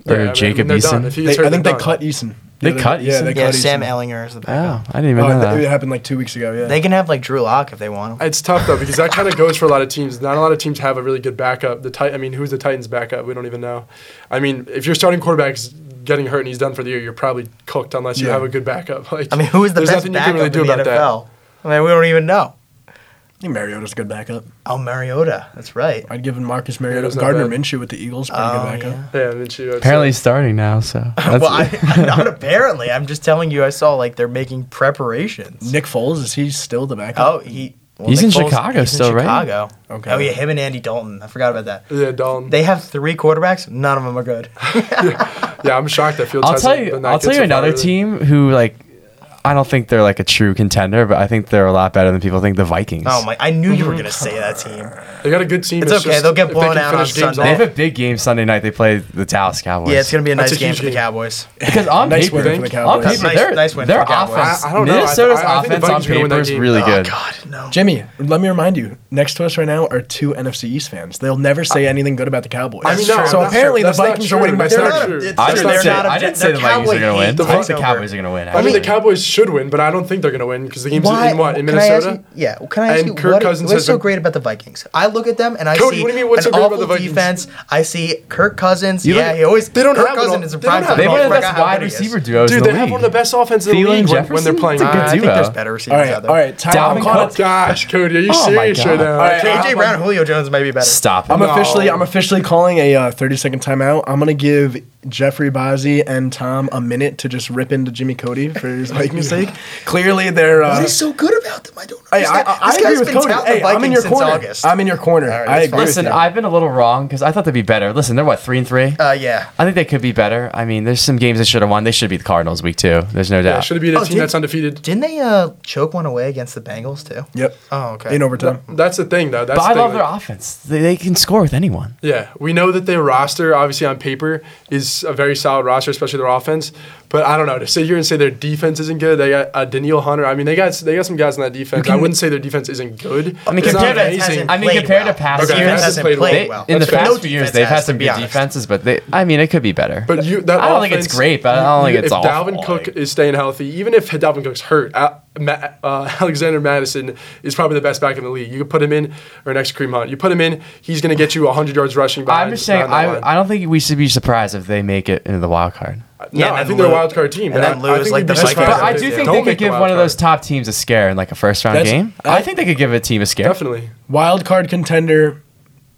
Yeah, I Or mean, Jacob they're done. If Eason. he they, gets hurt, I think they're they done. cut Eason. They other- cut Yeah, Eason? they Yeah, cut Sam Eason. Ellinger is the Oh, backup. I didn't even Oh, know that. that. It happened like two weeks ago. Yeah. They can have like Drew Lock if they want him. It's tough though because that kind of goes for a lot of teams. Not a lot of teams have a really good backup. The Tit- I mean, who's the Titans' backup? We don't even know. I mean, if your starting quarterback's getting hurt and he's done for the year, you're probably cooked unless you Yeah. have a good backup. Like, I mean, who is the there's best nothing you backup can really do in the about that. NFL? I mean, we don't even know. I think Mariota's a good backup. Oh, Mariota. That's right. I'd give him Marcus Mariota. Mariota's not Gardner bad. Minshew with the Eagles, pretty Oh, good backup. yeah. Yeah, Minshew. I'd say. Apparently he's starting now, so that's well, I, not apparently. I'm just telling you. I saw like they're making preparations. Nick Foles is he still the backup? Oh, he. well, He's Nick in Foles- Chicago he's in still, right? Chicago. Okay. Oh yeah, him and Andy Dalton. I forgot about that. Yeah, Dalton. They have three quarterbacks. None of them are good. yeah, I'm shocked that Fields. I'll hasn't tell you. been that I'll good tell so you far, another really. team who like. I don't think they're like a true contender, but I think they're a lot better than people think. The Vikings. Oh my! I knew you were gonna say that team. They got a good team. It's okay, just they'll get if they blown can out finish on games Sunday. They off. have a big game Sunday night. They play the Dallas Cowboys. Yeah, it's gonna be a That's nice a game huge for the game. Cowboys. because on Nice paper, win think- for the on Cowboys. paper, Nice- their, nice win for their the Cowboys. offense, I- I don't know. I- Minnesota's I- I think the offense on Vikings are gonna win paper that is game. really Oh good. God, no. Jimmy, let me remind you. Next to us right now are two NFC East fans. They'll never say anything good about the Cowboys. I mean, no, true. so that's apparently true. the That's not Vikings are true. winning by That's not They're not thirty. true. a- it's- I they're didn't say, not a- I didn't they're say the Vikings Cowboy are going to win. hate. I think the Vikings- Cowboys are going to win. I mean, the actually. Cowboys should win, but I don't think they're going to win because the game's in what in can I ask Minnesota. you- yeah. well, Can I ask And you Kirk what, Cousins what's has so been- great about the Vikings? I look at them and I Cody, see what do you mean, what's an so great about awful the Vikings? defense. I see Kirk Cousins. You yeah, look- he always. They don't Kirk have an Cousins all- is a they don't prime have time. an They all- have I the best forgot wide receiver duos Dude, in they the have one of the league. best offenses in the Thielen league when, when they're Jefferson's playing. a good I think duo. there's better receivers All right, out all there. right. Tyler, Dalvin I'm Oh calling it. gosh, Cody, are you Oh, my serious right God. now? All right, Uh, AJ Brown, Julio Jones might be better. Stop I'm it. officially No. I'm officially calling a uh, 30 second timeout. I'm gonna give Jeffrey Bazzi and Tom a minute to just rip into Jimmy Cody for his Vikings sake. Clearly they're. Uh, What is so good about them? I don't. Hey, I, understand. I, I this agree guy's with been Cody. touting Hey, the Vikings I'm in your since corner. August. I'm in your corner. I right, that's agree. fine. with Listen, you. I've been a little wrong because I thought they'd be better. Listen, they're what three and three. uh, yeah. I think they could be better. I mean, there's some games they should have won. They should beat the Cardinals week two. There's no doubt. Should have been a Oh, team did- that's undefeated. Didn't they uh, choke one away against the Bengals too? Yep. Oh, okay. In overtime. That's the thing, though. That's but the I thing. love their like- offense. They, they can score with anyone. Yeah, we know that their roster, obviously on paper, is a very solid roster, especially their offense. But I don't know to sit here and say their defense isn't good. They got uh, Daniil Hunter. I mean, they got they got some guys on that defense. I wouldn't say their defense isn't good. I mean, It's not compared to amazing. I mean, compared to past Okay, years, defense hasn't hasn't played played They, well. in the That's fair. past No few years, defense they've has had to some be good honest. defenses, but they. I mean, it could be better. But you, that I don't offense, think it's great, but I don't think you- it's if awful, Dalvin Cook like- is staying healthy, even if Dalvin Cook's hurt, uh, Ma- uh, Alexander Madison is probably the best back in the league. You could put him in, or next Kareem Hunt. You put him in, he's going to get you 100 yards rushing. I'm behind- just saying, behind that I, line. I don't think we should be surprised if they make it into the wild card. Yeah, No, and I then think they're a lose- wild card team. and then I- lose I think like we'd the be surprised Vikings. if But Yeah, I they- do they think don't they could make the give wild one of card. those top teams a scare in like a first round That's- game. I, think they could give a team a scare. Definitely. Wild card contender.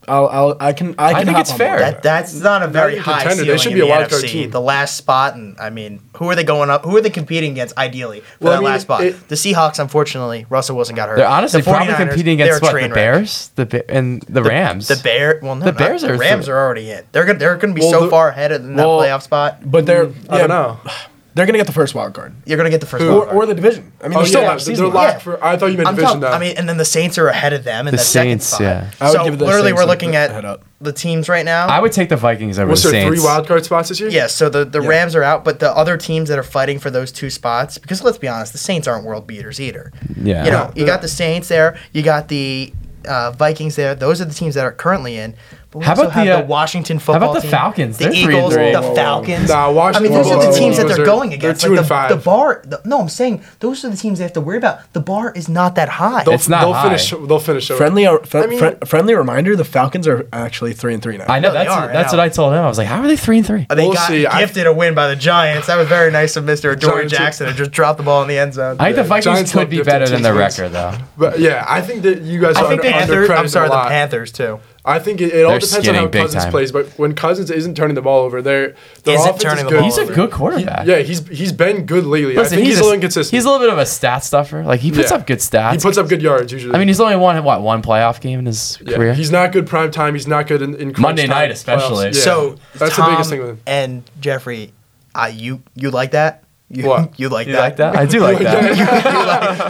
I'll, I'll, I can. I, can think hop it's on fair. board. That- That, that's not a very even high contender. ceiling They should in be a the wild card NFC. team. The last spot, and I mean, who are they going up? Who are they competing against? Ideally, for Well, I that mean, last spot, it- the Seahawks. Unfortunately, Russell Wilson got hurt. They're honestly the probably 49ers, competing they're a against what train the wreck. Bears, the Ba- and the Rams. The Bear, well, no, The not- Bears are- Rams are already in. They're gonna they're gonna be Well, so the- far ahead in that well, playoff spot. but they're. Mm, I yeah, don't know. They're gonna get the first wild card, You're gonna get the first. Who- or, wild card. or the division. I mean, Oh, they're still yeah, out of they're season. locked for. I thought you meant I'm division uh, talking. though. I mean, and then the Saints are ahead of them in The the, second Saints, spot. yeah. I would so give the literally, Saints we're a looking at head up. the teams right now. I would take the Vikings over What's the there Saints. three wild card spots this year? Yeah, so the, the Rams are out, but the other teams that are fighting for those two spots, because let's be honest, the Saints aren't world beaters either. Yeah. You know, you Yeah. got the Saints there, you got the uh, Vikings there. Those are the teams that are currently in. But we How also about have the, uh, Washington about football the team, Falcons? The They're three and Eagles, three. the Whoa, whoa, whoa. Falcons. Nah, I mean, Washington- those are whoa, the whoa, teams whoa. that they're They're- going they're against. two like and the, five. the bar. The, no, I'm saying those are the teams they have to worry about. The bar is not that high. They'll, It's not they'll high. finish. They'll finish. Over. Friendly, uh, fr- I mean- fr- friendly reminder: the Falcons are actually three and three now. I know No, they that's are, I that's know. what I told him. I was like, how are they three and three? they We'll got see. I- gifted a win by the Giants. That was very nice of Mr. Dory Giants are- Jackson to just drop the ball in the end zone. I think the Vikings Giants could look be different better than their teams. record, though. But yeah, I think that you guys I are think under, the under Panthers. I'm sorry, a the lot. Panthers too. I think it, it all They're depends on how skinning big Cousins time. plays. But when Cousins isn't turning the ball over, they're their Isn't offense turning is the good. ball He's a over. good He- quarterback. yeah, he's he's been good lately. I Listen, think he's, he's, a little a, inconsistent. he's a little bit of a stat stuffer. Like he puts Yeah. up good stats. he puts up good yards usually. I mean, he's only won what one playoff game in his yeah. career. he's not good prime time. He's not good in, in crunch Monday time, night playoffs. especially. Yeah. So that's Tom the biggest thing with him. And Jeffrey, uh, you you like that? You, What? you like You that? like that? I do like that.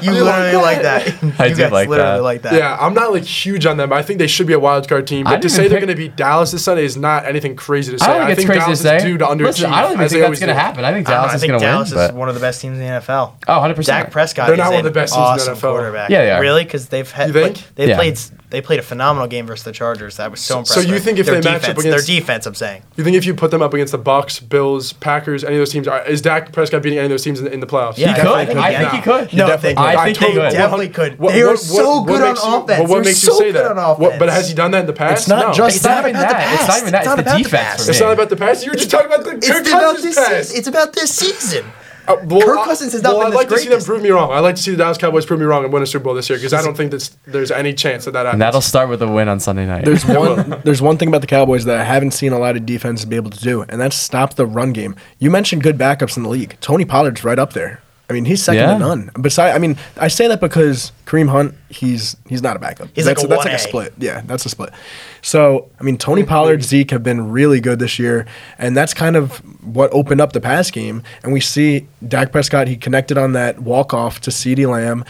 You literally like that. I you do guys like literally that. like that. Yeah, I'm not like huge on them. but I think they should be a wild card team. I But to didn't say they're pick- going to beat Dallas this Sunday is not anything crazy to say. I don't think it's crazy to Dallas say. is due to underachieve. Listen, I don't even as they think that's always going to do. happen. I think I don't know, Dallas I is think going to win. Dallas is But, one of the best teams in the NFL. oh, 100%. Dak Prescott They're is not one of an the best teams in the awesome NFL. quarterback. Yeah, they are. Really? Because they've had You like, think? they Yeah. played they played a phenomenal game versus the Chargers. That was So- so so impressive. you think if they their match up defense, against- their defense? I'm saying You think if you put them up against the Bucks, Bills, Packers, any of those teams, are- is Dak Prescott beating any of those teams in the, in the playoffs? Yeah, He could. definitely I could. think he could. No, definitely they, could. I I think they totally- could. definitely could. they are so good on makes you- what- offense. what They're makes you so say good that? on What- but offense. has he done that in the past? It's not No. just- It's not even about the that. It's not past. even that. It's It's not the about the defense past. for me. It's not about the past. You're just talking about the It's Kirk about Cousins this. pass. It's about this season. Uh, well, Kirk I- Cousins has not well, been I'd this like to see them greatest. prove me wrong. I'd like to see the Dallas Cowboys prove me wrong and win a Super Bowl this year because I don't think that's, there's any chance that that happens. And that'll start with a win on Sunday night. There's one. There's one thing about the Cowboys that I haven't seen a lot of defenses be able to do, and that's stop the run game. You mentioned good backups in the league. Tony Pollard's right up there. I mean, he's second Yeah. to none. Besides, I mean, I say that because Kareem Hunt, he's he's not a backup. He's that's like a that's like 1A. a split. Yeah, that's a split. So I mean, Tony Pollard, Zeke have been really good this year, and that's kind of what opened up the pass game. And we see Dak Prescott. He connected on that walk off to Ceedee Lamb.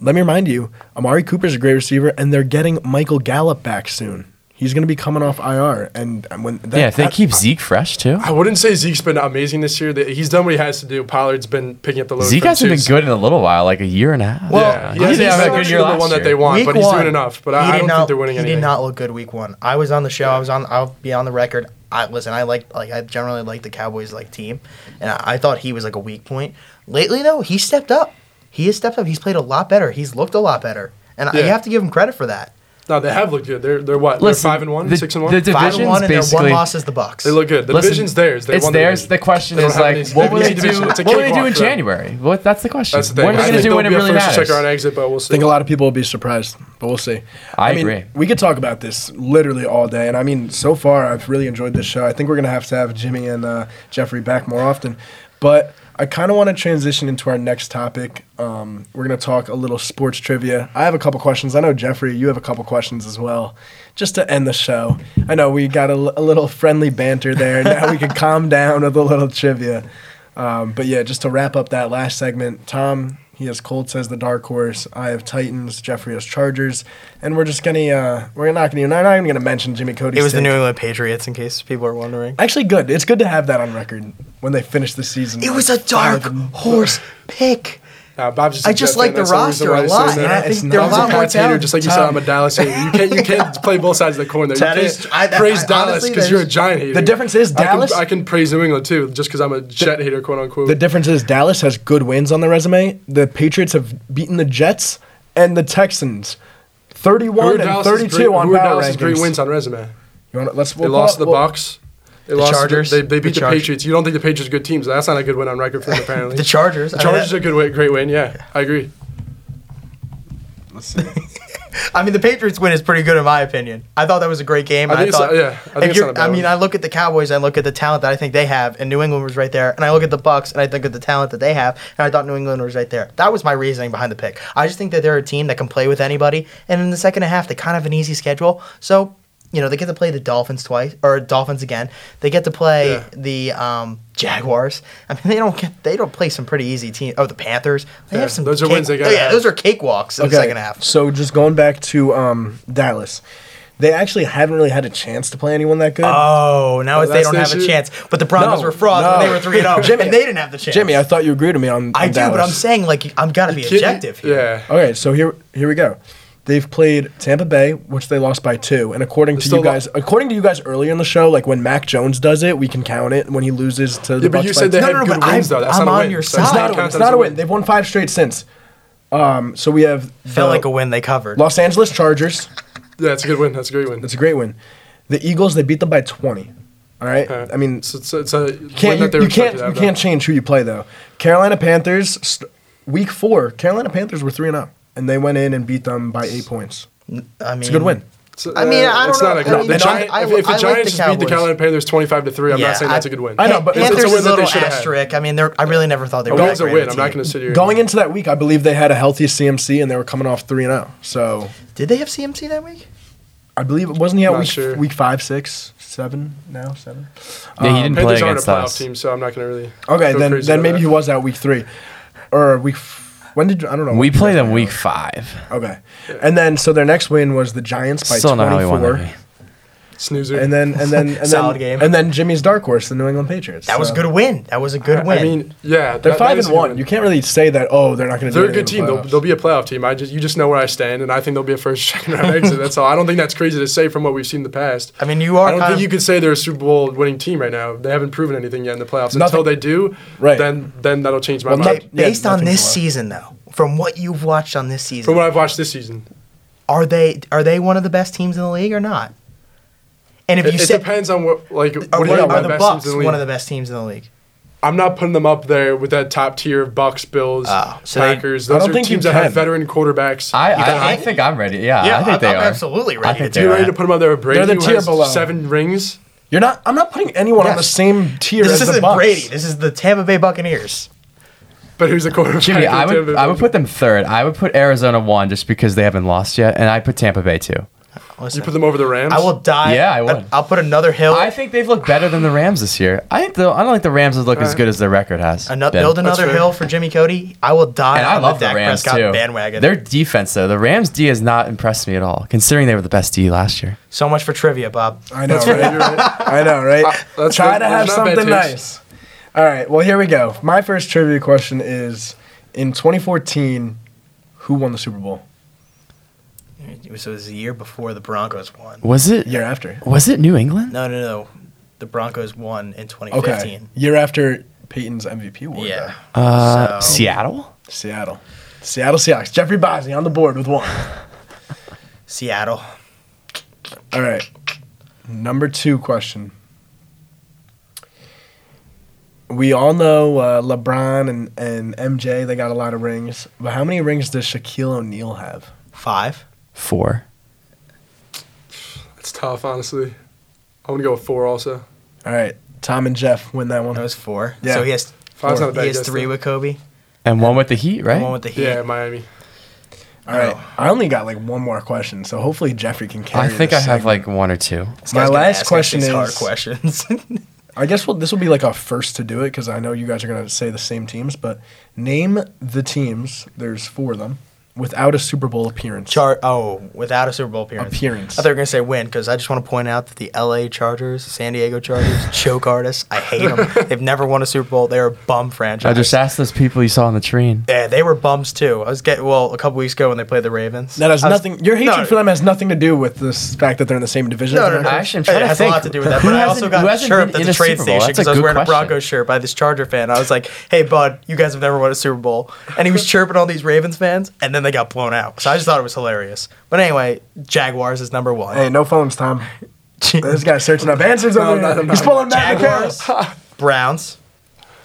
Let me remind you, Amari Cooper's a great receiver, and they're getting Michael Gallup back soon. He's going to be coming off IR, and and when that, yeah, if they that- keep Zeke fresh too. I wouldn't say Zeke's been amazing this year. That- He's done what he has to do. Pollard's been picking up the load. Zeke for him, hasn't too, been so- good in a little while, like a year and a half. Yeah, he didn't he's have a not good year the last one that year. they want, but he's doing enough. But I, he I did don't not, think they're winning He anything. did not look good week one. I was on the show. I was on. I'll be on the record. I listen. I like like I generally like the Cowboys like team, and I, I thought he was like a weak point. Lately though, he stepped up. He has stepped up. He's played a lot better. He's looked a lot better, and I Yeah. you have to give him credit for that. No, they have looked good. They're they're what? Listen, they're five and one, the- six and one. the div- Five and Division's one, and their one basically- loss is the Bucks. they look good. The Listen, division's theirs. They it's won theirs. division. The question They don't is have like, any- what will it's they a division. do? It's a What will they do cakewalk in for them. January? What? That's the question. That's the thing. What are I they going think to do they'll when it be a really first matters? checker on exit, but we'll see. I think a lot of people will be surprised, but we'll see. I mean, agree. We could talk about this literally all day, and I mean, so far I've really enjoyed this show. I think we're gonna have to have Jimmy and uh, Jeffrey back more often, but I kind of want to transition into our next topic. Um, we're gonna talk a little sports trivia. I have a couple questions. I know Jeffrey, you have a couple questions as well, just to end the show. I know we got a, l- a little friendly banter there. Now we can calm down with a little trivia. Um, but yeah, just to wrap up that last segment, Tom, he has Colts as the dark horse. I have Titans. Jeffrey has Chargers, and we're just gonna uh, we're not gonna we're not even gonna mention Jimmy Cody. it was the New England Patriots, in case people are wondering. Actually, good. It's good to have that on record when they finish the season. It was a dark horse pick. Nah, Bob's just a I just Jet like fan. the That's only reason roster why a I say lot, that. and I It's think they're a not- Bob's lot more Pats hater, talented. just like you said, I'm a Dallas hater. You can't, you can't play both sides of the coin. There, you That can't is- I- that- praise I Dallas honestly, because that you're a is- Giant hater. The difference is I can- Dallas- I can, praise New England too, just because I'm a Jet hater, quote unquote. The difference is Dallas has good wins on their resume. The Patriots have beaten the Jets and the Texans, Who are thirty-one and Dallas's thirty-two great, on who are power Dallas's rankings. great wins on resume. You wanna, let's, They lost to the Bucks. They lost. to Chargers, They, they beat the the, Chargers. Patriots. You don't think the Patriots are good teams? That's not a good win on record for them, apparently. The Chargers. The I mean, Chargers are a good win, great win. Yeah, I agree. I mean, the Patriots win is pretty good in my opinion. I thought that was a great game. I and think it's thought, not- yeah, I think if it's you're- not a bad I mean, one. I look at the Cowboys, I look at the talent that I think they have, and New England was right there. And I look at the Bucks, and I think of the talent that they have, and I thought New England was right there. That was my reasoning behind the pick. I just think that they're a team that can play with anybody, and in the second half, they kind of have an easy schedule. So. You know they get to play the Dolphins twice or Dolphins again. They get to play Yeah. the um, Jaguars. I mean they don't get they don't play some pretty easy team. Oh the Panthers. They Yeah, have some. those are cake- wins they oh, gotta yeah, have. those are cakewalks in the second half. So just going back to um, Dallas, they actually haven't really had a chance to play anyone that good. Oh, now Oh, it's they that's don't the have a issue? chance. But the Broncos No, were frauds when no. they were three and zero, Jimmy, and they didn't have the chance. Jimmy, I thought you agreed with me on. on I do, but Dallas. I'm saying like I'm gotta be objective here. Yeah. Okay, so here here we go. They've played Tampa Bay, which they lost by two. And according to still you lo- guys, according to you guys earlier in the show, like when Mac Jones does it, we can count it. When he loses to the Yeah, but you Bucks by said they two- had no, no, good but wins I'm- though. That's I'm not on a win. your So it's it's side. not a win. counted It's as not a win. They've won five straight since. Um, so we have Felt the like a win they covered. Los Angeles Chargers. Yeah, it's a good win. That's a great win. That's a great win. The Eagles, they beat them by twenty. All right. Okay. I mean, it's, it's, it's a win can't that they you, were you can't expected to you have, can't though. change who you play though. Carolina Panthers, st- week four. Carolina Panthers were three and up, and they went in and beat them by eight points. I mean, It's a good win. It's, uh, I mean, I don't it's know. Not a I good, mean, the no, Giant, I- if, if I the like Giants the just beat the Cowboys. Carolina Panthers 25 to three, I'm yeah, not saying that's a good win. I know, but Panthers it's- it's a win is a that they little should have had. asterisk. I mean, they're, I really never thought they A were. win's a that great win. of I'm not team. going to sit here. Going into that week, I believe they had a healthy CMC and they were coming off three and zero. So Did they have CMC that week? I believe it wasn't he out Not week sure. week five six seven now, seven. Yeah, he didn't play Panthers aren't a against playoff us. team, so I'm not gonna really. Okay, go then crazy then about maybe that. he was out week three, or week. F- when did you- I don't know? We when you play guys them played week them. five. Okay, and then so their next win was the Giants by Still not how we won that twenty-four, game. snoozer. and then and then and then Solid game. and then Jimmy's dark horse, the New England Patriots. That was a so- good win. That was a good win. I mean, They're yeah, that- that five is and a good one. You can't really say that. Oh, they're not going to. They're do a anything good in team. the They'll, playoffs. they'll be a playoff team. I just you just know where I stand, and I think they'll be a first, second round exit. That's all. I don't think that's crazy to say from what we've seen in the past. I mean, you are I don't kind think of- you could say they're a Super Bowl winning team right now. They haven't proven anything yet in the playoffs. Nothing. Until they do, Right. then then that'll change my Well, mind. not- Okay, yeah, based on nothing's this allowed. season though, from what you've watched on this From season, what I've watched this season, are they are they one of the best teams in the league or not? And if it, you it said depends on what like what do are, you one- mean are by the best Bucks teams in the one of league? the best teams in the league? I'm not putting them up there with that top tier of Bucks, Bills, Oh, so they- Packers. I Those don't are think you teams that have can. veteran quarterbacks. I, You I, I can't- think I'm ready. Yeah, I think they I'm are. absolutely ready. I think to they you do are. it. ready to put them up there with Brady, They're the who tier has below. seven rings? You're not. I'm not putting anyone on Yes. the same tier This as isn't the Bucks. Brady. This is the Tampa Bay Buccaneers. But who's the quarterback? Jimmy, of I would Tampa I would Bay? put them third. I would put Arizona one just because they haven't lost yet, and I put Tampa Bay two. Listen, You put them over the Rams. I will die. Yeah, I would. I'll put another hill. I think they've looked better than the Rams this year. I think though I don't think the Rams have looked as good as their record has. ano- been. build another fair. hill for Jimmy Cody. I will die And I on love the the Dak Rams Prescott too. bandwagon. Their defense though, the Rams D has not impressed me at all, considering they were the best D last year. so much for trivia, Bob. I know, That's right, right? you're right. I know, right? that's Try good. to have That's not bad something nice. taste. All right. Well, here we go. My first trivia question is: In 2014, who won the Super Bowl? It was, it was the year before the Broncos won. Was it Year after. was it New England? No, no, no. The Broncos won in Okay. 2015. Year after Peyton's MVP award. Yeah. Uh, So- Seattle? though. Seattle. Seattle Seahawks. Jeffrey Bosney on the board with one. Seattle. All right. Number two question. We all know uh, LeBron and, and MJ, they got a lot of rings. But how many rings does Shaquille O'Neal have? Five. Four. It's tough, honestly. I'm gonna go with four also. All right. Tom and Jeff win that one. That was four. Yeah. So he has, Five's Four. not a bad he has guess, three though. with Kobe, And one with the Heat, and right? one with the Heat. Yeah, Miami. all right. oh. I only got like one more question, so hopefully Jeffrey can carry I think I this have segment. like one or two. This guy's My gonna last ask us question these hard is- questions. I guess we'll, this will be like our first to do it because I know you guys are going to say the same teams, but name the teams, there's four of them, without a Super Bowl appearance. Char- oh, without a Super Bowl appearance. Appearance. I thought you were going to say win because I just want to point out that the LA Chargers, San Diego Chargers, choke artists. I hate them. They've never won a Super Bowl. They're a bum franchise. I just asked those people you saw on the train. Yeah, they were bums too. I was getting, well, a couple weeks ago when they played the Ravens. That has I was- nothing. Your hatred No, for them has nothing to do with this fact that they're in the same division. No, as no, the no. Broncos. Actually, I'm trying it to has think. a lot to do with that. Who But I hasn't- also who got hasn't chirped been at in the a trade Super Bowl? station That's a because I was good wearing a question. Broncos shirt by this Charger fan. I was like, "Hey, bud, you guys have never won a Super Bowl," and he was chirping all these Ravens fans, and then they got blown out. So I just thought it was hilarious. But anyway, Jaguars is number one. Hey, no phones, Tom. Oh, This guy's searching up answers over No, no, there. no, He's no. pulling back the Jaguars, cameras. Browns.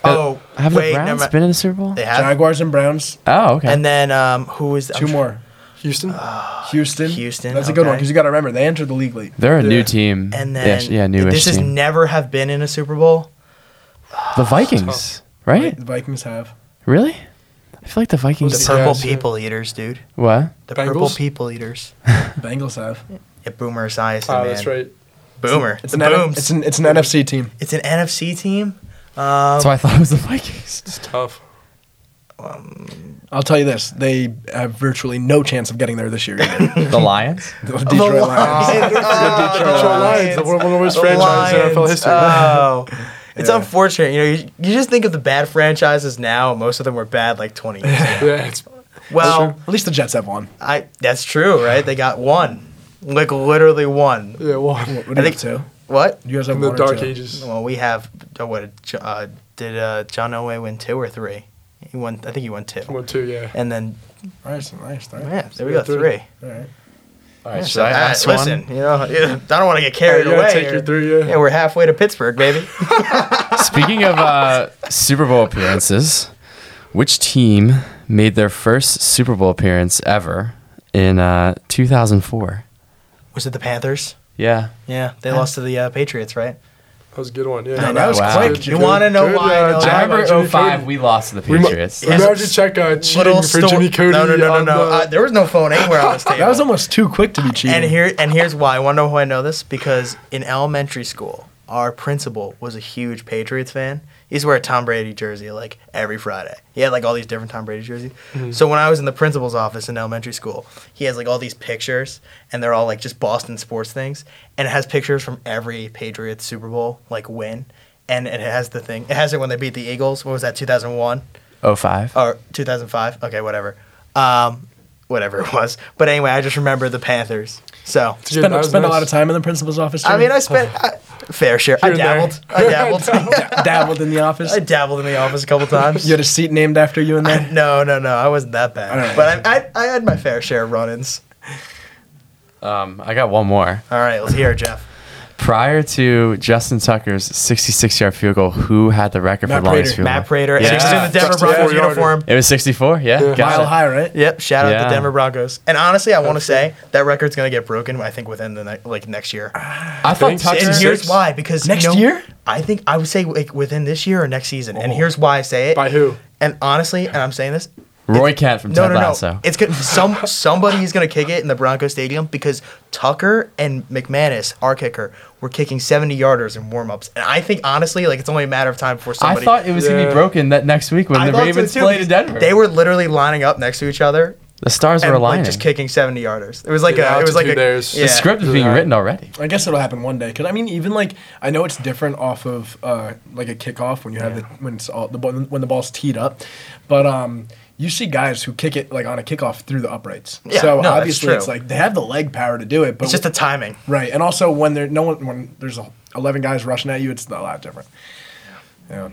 Oh, Uh, Have wait, the never Browns mind. been in the Super Bowl? They have. Jaguars and Browns. Oh, okay. And then um, who is I'm Two tr- more. Houston. Uh, Houston. Houston, That's a good one okay. because you got to remember they entered the league late. They're a Yeah. new team. And then yeah, sh- yeah, newish this has team. never have been in a Super Bowl. the Vikings, right? The Vikings have. Really? I feel like the The Vikings. Those purple guys, yeah. people eaters, dude. What? The purple Bengals? people eaters. Bengals have. Yeah, Boomer Esiason, Oh, man. that's right. Boomer. Ah, It's It's, an, N- Booms. it's an it's an NFC team. It's an NFC team. Um, That's why I thought it was the Vikings. It's tough. I'll tell you this: they have virtually no chance of getting there this year. Either. the Lions. the Detroit Lions. Oh, Detroit Lions, the one of the worst franchises in NFL history. Oh. It's Yeah. unfortunate, you know. You, you just think of the bad franchises now. Most of them were bad like 20 years. ago. Yeah, it's Well, At least the Jets have one. I that's true, right? They got one, like literally one. yeah. Well, What do you think- have two? What? You guys have in the one or dark two? ages. Well, we have. Uh, what uh, did uh, John Elway win two or three? He won. I think he won two. One, two, yeah. And then All right, so nice. All right. yeah, there we go. Three. All Three. right. All Yeah, right, so, uh, listen, you know, yeah, I don't want to get Alright, carried you away. gotta take your three, yeah. we're halfway to Pittsburgh, baby. Speaking of uh, Super Bowl appearances, which team made their first Super Bowl appearance ever in uh, 2004? Was it the Panthers? Yeah. Yeah, they lost to the uh, Patriots, right? That was a good one. Yeah. No, that was Wow. quick. You wanna know why, though? jab I by remember uh, Jimmy 05, Cody. we lost to the Remo- Patriots. Yeah. Remember to check uh, cheating for sto- Jimmy Cody. No, no, no, no, on no. the- Uh, there was no phone anywhere on this table. That was almost too quick to be cheating. And here and here's why. I wonder why I know this because in elementary school, our principal was a huge Patriots fan. He used to wear a Tom Brady jersey like every Friday. He had like all these different Tom Brady jerseys. So when I was in the principal's office in elementary school, he has like all these pictures, and they're all like just Boston sports things, and it has pictures from every Patriots Super Bowl like win, and it has the thing. It has it when they beat the Eagles. What was that? Two thousand one 05. or 2005. Okay, whatever. Um, whatever it was. But anyway, I just remember the Panthers. So Dude, that spent, was spent a nice. lot of time in the principal's office. I Jimmy? mean, I spent I, fair share. I and there. dabbled. I dabbled. dabbled in the office. I dabbled in the office a couple times. You had a seat named after you in there. no, no, no. I wasn't that bad. All right. But I, I, I had my fair share of run-ins. Um, I got one more. All right, let's hear it, Jeff. Prior to Justin Tucker's 66 yard field goal, who had the record Matt for longest Prater. field Matt goal? Prater, Yeah. and he's in the Denver 64 Broncos yarder. uniform. It was 64? Yeah. Yeah. got Mile it. high, right? Yep, shout out Yeah. the Denver Broncos. And honestly, I want to say that record's going to get broken, I think, within the ne- like next year. I thought Thanks. Tucker. And Six? here's why because Next no- year? I think I would say like within this year or next season. Oh. And here's why I say it. By who? And honestly, and I'm saying this. Roy Kent from No, Ted no, no. Lasso. It's gonna some somebody is gonna kick it in the Broncos Stadium because Tucker and McManus, our kicker, were kicking 70 yarders in warm ups. And I think honestly, like it's only a matter of time before I somebody thought it was going to Yeah. be broken that next week when I the thought so Ravens too, played in because Denver. They were literally lining up next to each other the stars were and aligning. like just kicking 70 yarders. It was like Yeah, a it was like a altitude there's- the script was Yeah. being written already. I guess it'll happen one day. Cause I mean, even like I know it's different off of uh, like a kickoff when you have the when it's all the ball, when the ball's teed up, but um, you see guys who kick it like on a kickoff through the uprights. Yeah, so no, that's obviously it's true. like they have the leg power to do it, but It's just the timing. right. And also when there no one when there's a- eleven guys rushing at you, it's a lot different. Yeah.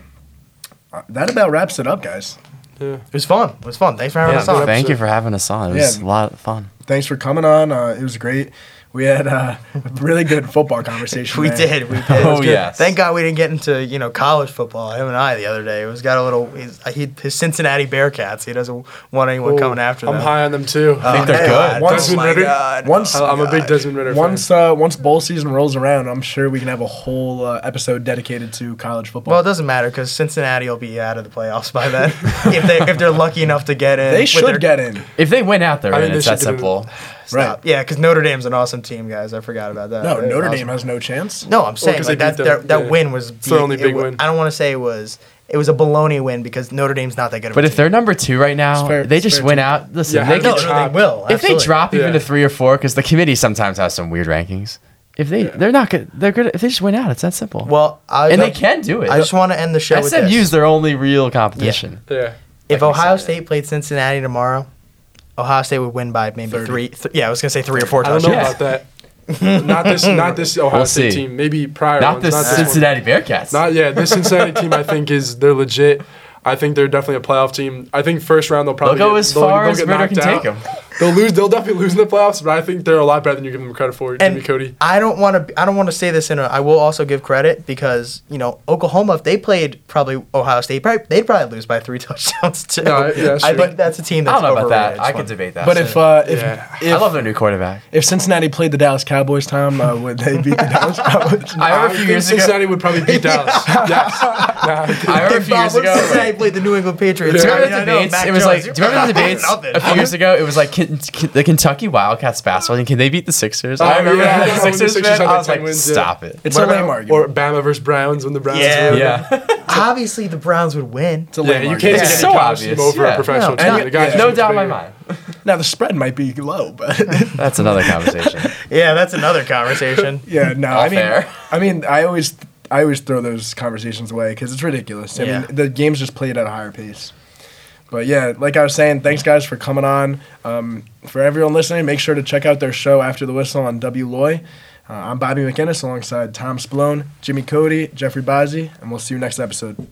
Uh, that about wraps it up, guys. Yeah. It was fun. It was fun. Thanks for having Yeah, us on. thank you for having us on. It was Yeah. a lot of fun. Thanks for coming on. Uh, it was great. We had uh, a really good football conversation. We man. did. We did. Oh, yes. Thank God we didn't get into you know college football. Him and I the other day. It was got a little. He's, uh, he, his Cincinnati Bearcats. He doesn't want anyone coming after I'm them. high on them too. Oh, think they're good. God. Once- oh my Ritter- God. Once I- I'm a big Desmond Ritter Once uh, once bowl season rolls around, I'm sure we can have a whole uh, episode dedicated to college football. Well, it doesn't matter because Cincinnati will be out of the playoffs by then if they if they're lucky enough to get in. they with should their- get in, If they went out there, I mean, and they it's that should do- simple. right? Yeah, because Notre Dame's an awesome team, guys. I forgot about that. No, They're Notre awesome. Dame has no chance. No, I'm saying 'cause like they that beat their- them. that Yeah. win was It's their only it big wa- win. I don't want to say it was it was a baloney win because Notre Dame's not that good of a But if team. they're number two right now, fair- they it's just fair went too. out. Listen, Yeah, they how could do try- you no, drop- they will. if they absolutely. drop even Yeah. to three or four, because the committee sometimes has some weird rankings. If they they're not good, they're good. If they just went out, it's that simple. well, I and they don't- can do it. I just want to end the show. with this. SMU's their only real competition. yeah. If like we Ohio said. State played Cincinnati tomorrow, Ohio State would win by maybe 30. three. Th- yeah, I was gonna say three or four I don't know touchdowns. Yeah. about that. not this. Not this Ohio We'll State see. team. Maybe prior. Not ones, the this one. Cincinnati Bearcats. Not yeah. This Cincinnati team, I think, is they're legit. I think they're definitely a playoff team. I think first round they'll they'll probably go get- as they'll- far they'll as get Ritter can knocked take out. them. They'll lose. They'll definitely lose in the playoffs, but I think they're a lot better than you give them credit for. Jimmy Cody. I don't want to. I don't want to say this in. A, I will also give credit because you know Oklahoma, if they played probably Ohio State, probably, they'd probably lose by three touchdowns too. No, yeah, that's I true. think that's a team I that's don't know about overrated. that. I It's can fun. debate that. But if uh, if Yeah. I if, love their new quarterback. if Cincinnati played the Dallas Cowboys, Tom, uh, would they beat the Dallas Cowboys? I I remember a few think years ago. Cincinnati would probably beat Dallas. yes. Nah, I think- I remember a If few Bob years Woods ago. Cincinnati played the New England Patriots, Do you I mean, remember I the know, debates? Mac It was Jones, like, do you're you probably remember the debates nothing. a few years ago? It was like, can, can- the Kentucky Wildcats basketball team, can they beat the Sixers? Oh, I remember yeah. when Yeah, the when the Sixers, Sixers had man, I like was like, 10 wins, yeah. stop it. It's What a lame about- argument. Or Bama versus Browns when the Browns. Yeah. were- Yeah. Obviously, the Browns would win. it's a Yeah, lame you argument. can't It's get so so obvious obvious, over yeah. a professional No, team. not- The guy's No just doubt in my bigger. mind. Now the spread might be low, but That's another conversation. Yeah, that's another conversation. yeah, no. All I mean, fair. I mean, I always I always throw those conversations away because it's ridiculous. I Yeah. mean, the game's just played at a higher pace. But yeah, like I was saying, thanks guys for coming on. Um, for everyone listening, make sure to check out their show after the whistle on W Loy. Uh, I'm Bobby McInnes alongside Tom Splone, Jimmy Cody, Jeffrey Bazzi, and we'll see you next episode.